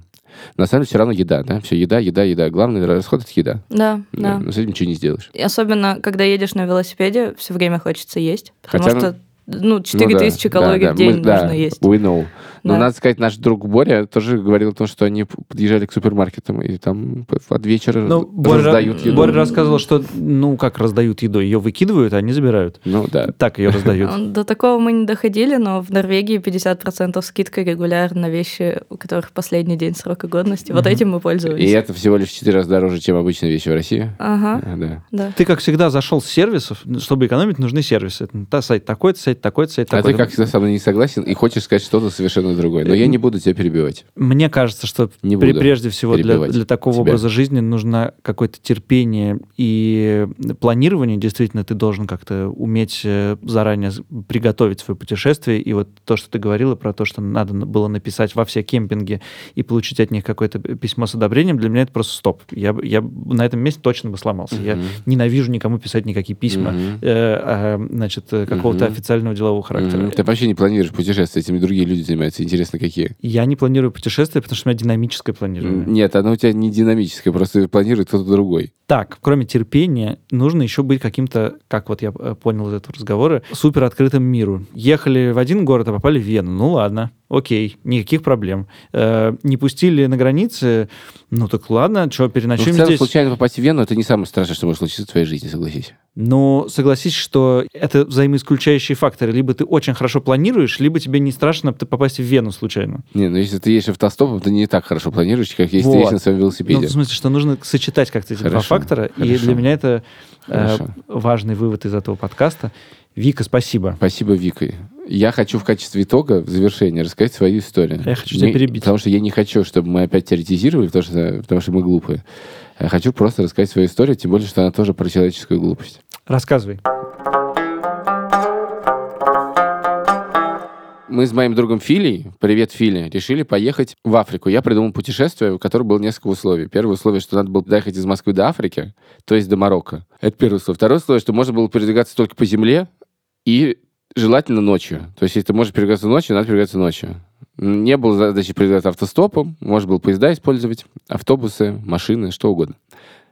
Speaker 1: На самом деле все равно еда, да? Все еда, еда, еда. Главный расход — это еда.
Speaker 3: Да, да.
Speaker 1: Ну, С этим ничего не сделаешь.
Speaker 3: И особенно, когда едешь на велосипеде, все время хочется есть. Потому
Speaker 1: Хотя,
Speaker 3: что ну,
Speaker 1: Ну да,
Speaker 3: 4000 калорий
Speaker 1: да, да,
Speaker 3: в день
Speaker 1: мы- да,
Speaker 3: нужно есть.
Speaker 1: we know. Но
Speaker 3: Да.
Speaker 1: надо сказать, наш друг Боря тоже говорил о том, что они подъезжали к супермаркетам, и там от вечера
Speaker 2: Ну, Боря,
Speaker 1: раздают еду.
Speaker 2: Боря рассказывал, что, ну, как раздают еду, ее выкидывают, а они забирают.
Speaker 1: Ну да.
Speaker 2: Так ее
Speaker 3: (laughs)
Speaker 2: раздают.
Speaker 3: До такого мы не доходили, но в Норвегии 50% скидка регулярно на вещи, у которых последний день срока годности. Вот
Speaker 2: Мгм.
Speaker 3: этим мы пользовались.
Speaker 1: И это всего лишь в 4 раза дороже, чем обычные вещи в России.
Speaker 3: Ага,
Speaker 1: А, Да.
Speaker 3: да.
Speaker 2: Ты, как всегда, зашел с сервисов. Чтобы экономить, нужны сервисы. Это та- сайт такой-то, сайт такой-то, сайт
Speaker 1: А ты,
Speaker 2: такой-то.
Speaker 1: как всегда, со мной не согласен и хочешь сказать что-то совершенно другое. Но я не буду тебя перебивать.
Speaker 2: Мне кажется, что
Speaker 1: Не
Speaker 2: при-
Speaker 1: буду
Speaker 2: прежде всего для,
Speaker 1: перебивать
Speaker 2: для такого
Speaker 1: тебя.
Speaker 2: образа жизни нужно какое-то терпение и планирование. Действительно, ты должен как-то уметь э, заранее с- приготовить свое путешествие. И вот то, что ты говорила про то, что надо на- было написать во все кемпинги и получить от них какое-то письмо с одобрением, для меня это просто стоп. Я, б- я б на этом месте точно бы сломался. Я
Speaker 1: Мгм.
Speaker 2: ненавижу никому писать никакие письма.
Speaker 1: Мгм.
Speaker 2: э, а, Значит, э, какого-то
Speaker 1: Мгм.
Speaker 2: официального делового характера.
Speaker 1: Мгм. Ты вообще не планируешь путешествия, этими другие люди занимаются. Интересно, какие?
Speaker 2: Я не планирую путешествия, потому что у меня динамическое планирование.
Speaker 1: Нет, оно у тебя не динамическое, просто планирует кто-то другой.
Speaker 2: Так, кроме терпения, нужно еще быть каким-то, как вот я э, понял из этого разговора, супер открытым миру. Ехали в один город, а попали в Вену. Ну ладно, окей, никаких проблем. Э, не пустили на границе, ну так ладно, что,
Speaker 1: Ну, в
Speaker 2: переночуем
Speaker 1: целом,
Speaker 2: А здесь.
Speaker 1: случайно попасть в Вену, это не самое страшное, что может случиться в твоей жизни, согласись.
Speaker 2: Но Ну, согласись, что это взаимоисключающие факторы. Либо ты очень хорошо планируешь, либо тебе не страшно т- попасть в Вену случайно.
Speaker 1: Не, ну если ты едешь автостопом, ты не так хорошо планируешь, как если ты
Speaker 2: Вот.
Speaker 1: едешь на своем
Speaker 2: Ну,
Speaker 1: велосипеде.
Speaker 2: в смысле, что нужно сочетать как-то эти два
Speaker 1: Хорошо,
Speaker 2: фактора. И
Speaker 1: хорошо.
Speaker 2: для меня это э,
Speaker 1: Хорошо.
Speaker 2: важный вывод из этого подкаста. Вика, спасибо.
Speaker 1: Спасибо, Вика. Я хочу в качестве итога, в завершение, рассказать свою историю.
Speaker 2: Я хочу тебя
Speaker 1: Мне-
Speaker 2: перебить.
Speaker 1: Потому что я не хочу, чтобы мы опять теоретизировали, потому что, потому что мы глупые. Я хочу просто рассказать свою историю, тем более, что она тоже про человеческую глупость.
Speaker 2: Рассказывай.
Speaker 1: Мы с моим другом Филей, привет, Филя, решили поехать в Африку. Я придумал путешествие, у которого было несколько условий. Первое условие, что надо было доехать из Москвы до Африки, то есть до Марокко. Это первое условие. Второе условие, что можно было передвигаться только по земле и желательно ночью. То есть, если ты можешь передвигаться ночью, надо передвигаться ночью. Не было задачи передвигаться автостопом, можно было поезда использовать, автобусы, машины, что угодно.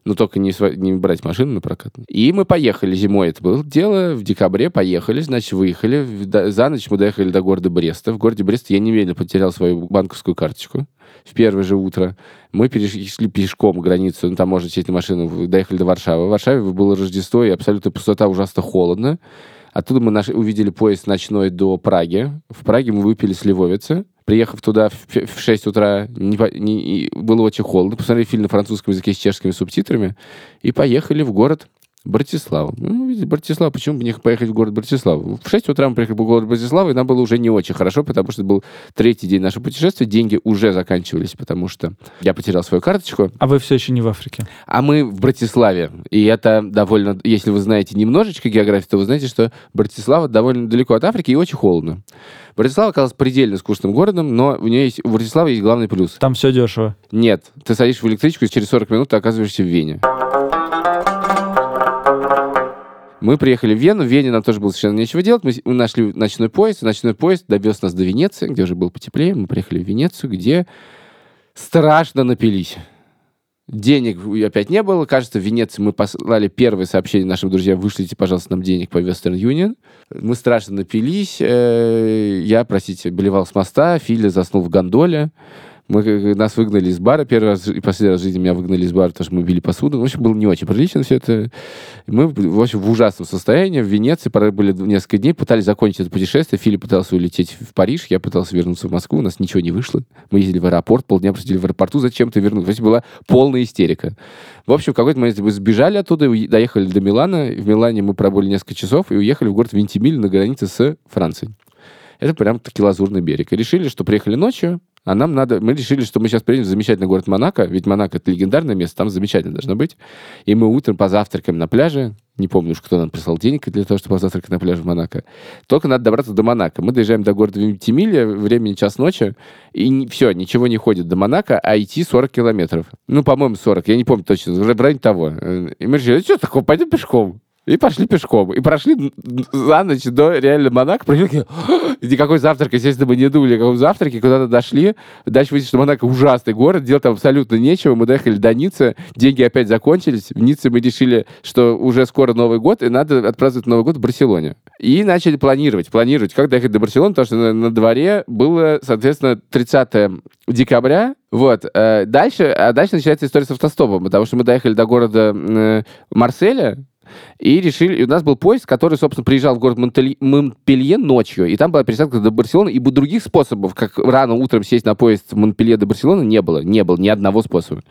Speaker 1: Но Ну, только не, сва- не брать машину на прокат. И мы поехали зимой. Это было дело. В декабре поехали, значит, выехали. В- до- За ночь мы доехали до города Бреста. В городе Брест я немедленно потерял свою банковскую карточку в первое же утро. Мы перешли пешком границу, ну, там можно сесть на машину, доехали до Варшавы. В Варшаве было Рождество, и абсолютно пустота, ужасно холодно. Оттуда мы наш- увидели поезд ночной до Праги. В Праге мы выпили сливовицы. Приехав туда в, пе- в 6 утра, не по- не- и было очень холодно. Посмотрели фильм на французском языке с чешскими субтитрами. И поехали в город Братиславу. Ну, видите, Братислава, почему бы не поехать в город Братиславу? В 6 утра мы приехали в город Братиславу, и нам было уже не очень хорошо, потому что был третий день нашего путешествия, деньги уже заканчивались, потому что я потерял свою карточку.
Speaker 2: А вы все еще не в Африке.
Speaker 1: А мы в Братиславе. И это довольно... Если вы знаете немножечко географию, то вы знаете, что Братислава довольно далеко от Африки и очень холодно. Братислава оказалась предельно скучным городом, но у нее есть... У Братиславы есть главный плюс.
Speaker 2: Там все дешево.
Speaker 1: Нет, ты садишь в электричку, и через 40 минут ты оказываешься в Вене. Мы приехали в Вену. В Вене нам тоже было совершенно нечего делать. Мы, с- мы нашли ночной поезд. Ночной поезд довез нас до Венеции, где уже было потеплее. Мы приехали в Венецию, где страшно напились. Денег у- опять не было. Кажется, в Венеции мы послали первое сообщение нашим друзьям. Вышлите, пожалуйста, нам денег по Western Union. Мы страшно напились. Э, Я, простите, болевал с моста. Филя заснул в гондоле. Мы, как- нас выгнали из бара первый раз и последний раз в жизни меня выгнали из бара, потому что мы били посуду. В общем, было не очень прилично все это. Мы, в общем, в ужасном состоянии. В Венеции пора были несколько дней, пытались закончить это путешествие. Филипп пытался улететь в Париж, я пытался вернуться в Москву, у нас ничего не вышло. Мы ездили в аэропорт, полдня просидели в аэропорту, зачем ты вернулся? То есть была полная истерика. В общем, в какой-то момент мы сбежали оттуда, и уе- доехали до Милана. В Милане мы пробыли несколько часов и уехали в город Вентимиль на границе с Францией. Это прям таки лазурный берег. И решили, что приехали ночью, а нам надо... Мы решили, что мы сейчас приедем в замечательный город Монако, ведь Монако — это легендарное место, там замечательно должно быть. И мы утром позавтракаем на пляже. Не помню уж, кто нам прислал денег для того, чтобы позавтракать на пляже в Монако. Только надо добраться до Монако. Мы доезжаем до города Вентимилля, времени час ночи, и все, ничего не ходит до Монако, а идти 40 километров. Ну, по-моему, 40, я не помню точно, в районе того. Э, И мы решили, что такое, пойдем пешком. И пошли пешком. И прошли н- н- за ночь до реально Монако. Прошли, такие, «Ах!» И никакой завтрак, естественно, мы не думали, каком завтраке. Куда-то дошли. Дальше выяснилось, что Монако ужасный город. Делать там абсолютно нечего. Мы доехали до Ниццы. Деньги опять закончились. В Ницце мы решили, что уже скоро Новый год, и надо отпраздновать Новый год в Барселоне. И начали планировать. Планировать, как доехать до Барселоны, потому что на, на дворе было, соответственно, 30 декабря. Вот. э, Дальше, а дальше начинается история с автостопом, потому что мы доехали до города э, Марселя, и решили, и у нас был поезд, который, собственно, приезжал в город Монтель- Монпелье ночью, и там была пересадка до Барселоны, и других способов, как рано утром сесть на поезд Монпелье до Барселоны, не было, не было ни одного способа.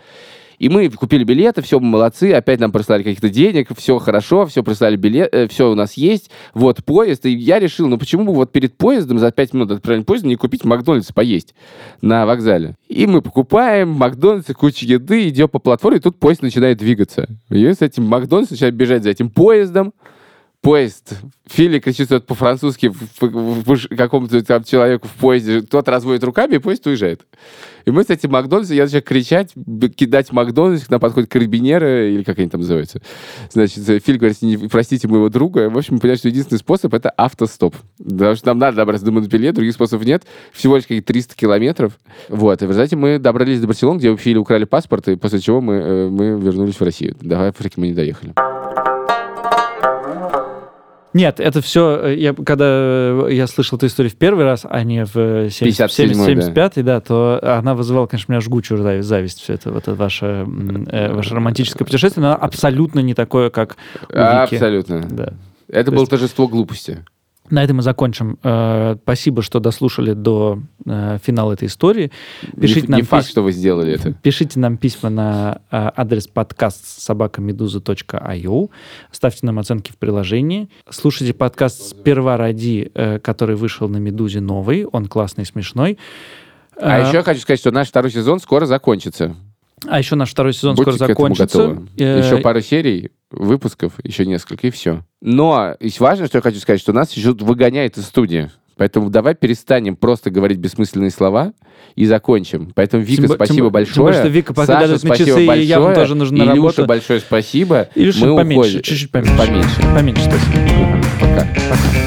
Speaker 1: И мы купили билеты, все, мы молодцы, опять нам прислали каких-то денег, все хорошо, все прислали билет, все у нас есть, вот поезд, и я решил, ну почему бы вот перед поездом за 5 минут отправления поезда не купить Макдональдс и поесть на вокзале. И мы покупаем Макдональдс, и кучу еды, идем по платформе, и тут поезд начинает двигаться. И с этим Макдональдс начинает бежать за этим поездом, поезд. Фили кричит что-то по-французски в- в- в- какому-то там человеку в поезде. Тот разводит руками, и поезд уезжает. И мы с этим Макдональдсом, я начал кричать, б- кидать Макдональдс, к нам подходят карабинеры, или как они там называются. Значит, э, Филь говорит, «Не- простите моего друга. В общем, мы понимаем, что единственный способ — это автостоп. Потому что нам надо добраться до Монпелье, других способов нет. Всего лишь какие-то 300 километров. Вот, и в результате мы добрались до Барселоны, где у Фили украли паспорт, и после чего мы, э, мы вернулись в Россию. Давай, Африки, мы не доехали.
Speaker 2: Нет, это все, я, когда э, я слышал эту историю в первый раз, а не в 70,
Speaker 1: 57-й,
Speaker 2: 75-й, да. то она вызывала, конечно, у меня жгучую зави- зависть, все это, вот это ваше, м, э, ваше романтическое путешествие, но оно абсолютно не такое, как у Вики.
Speaker 1: Абсолютно.
Speaker 2: Да.
Speaker 1: Это
Speaker 2: То
Speaker 1: было
Speaker 2: есть-
Speaker 1: торжество глупости.
Speaker 2: На этом мы закончим. Э, Спасибо, что дослушали до э, финала этой истории. Пишите
Speaker 1: не,
Speaker 2: нам
Speaker 1: не факт,
Speaker 2: пис-
Speaker 1: что вы сделали это.
Speaker 2: Пишите нам письма на э, адрес подкаст собакамедуза.io. Ставьте нам оценки в приложении. Слушайте подкаст «Сперва ради», э, который вышел на «Медузе» новый. Он классный, смешной.
Speaker 1: А
Speaker 2: Э,
Speaker 1: еще я хочу сказать, что наш второй сезон скоро закончится.
Speaker 2: а еще наш второй сезон
Speaker 1: Будьте
Speaker 2: скоро
Speaker 1: к этому
Speaker 2: закончится.
Speaker 1: готовы.
Speaker 2: Э,
Speaker 1: Еще пару серий, выпусков, еще несколько, и все. Но и важно, что я хочу сказать, что нас еще выгоняет из студии. Поэтому давай перестанем просто говорить бессмысленные слова и закончим. Поэтому, Вика,
Speaker 2: бо- тем
Speaker 1: спасибо
Speaker 2: бо- тем
Speaker 1: большое.
Speaker 2: более, что Вика
Speaker 1: Саша,
Speaker 2: поглядывает на
Speaker 1: спасибо
Speaker 2: часы, и
Speaker 1: большое.
Speaker 2: я вам тоже нужна
Speaker 1: Илюша,
Speaker 2: работа.
Speaker 1: большое спасибо.
Speaker 2: Или что
Speaker 1: Мы
Speaker 2: поменьше,
Speaker 1: уходим.
Speaker 2: чуть-чуть поменьше.
Speaker 1: Поменьше.
Speaker 2: Поменьше, спасибо.
Speaker 1: Пока.
Speaker 2: Пока.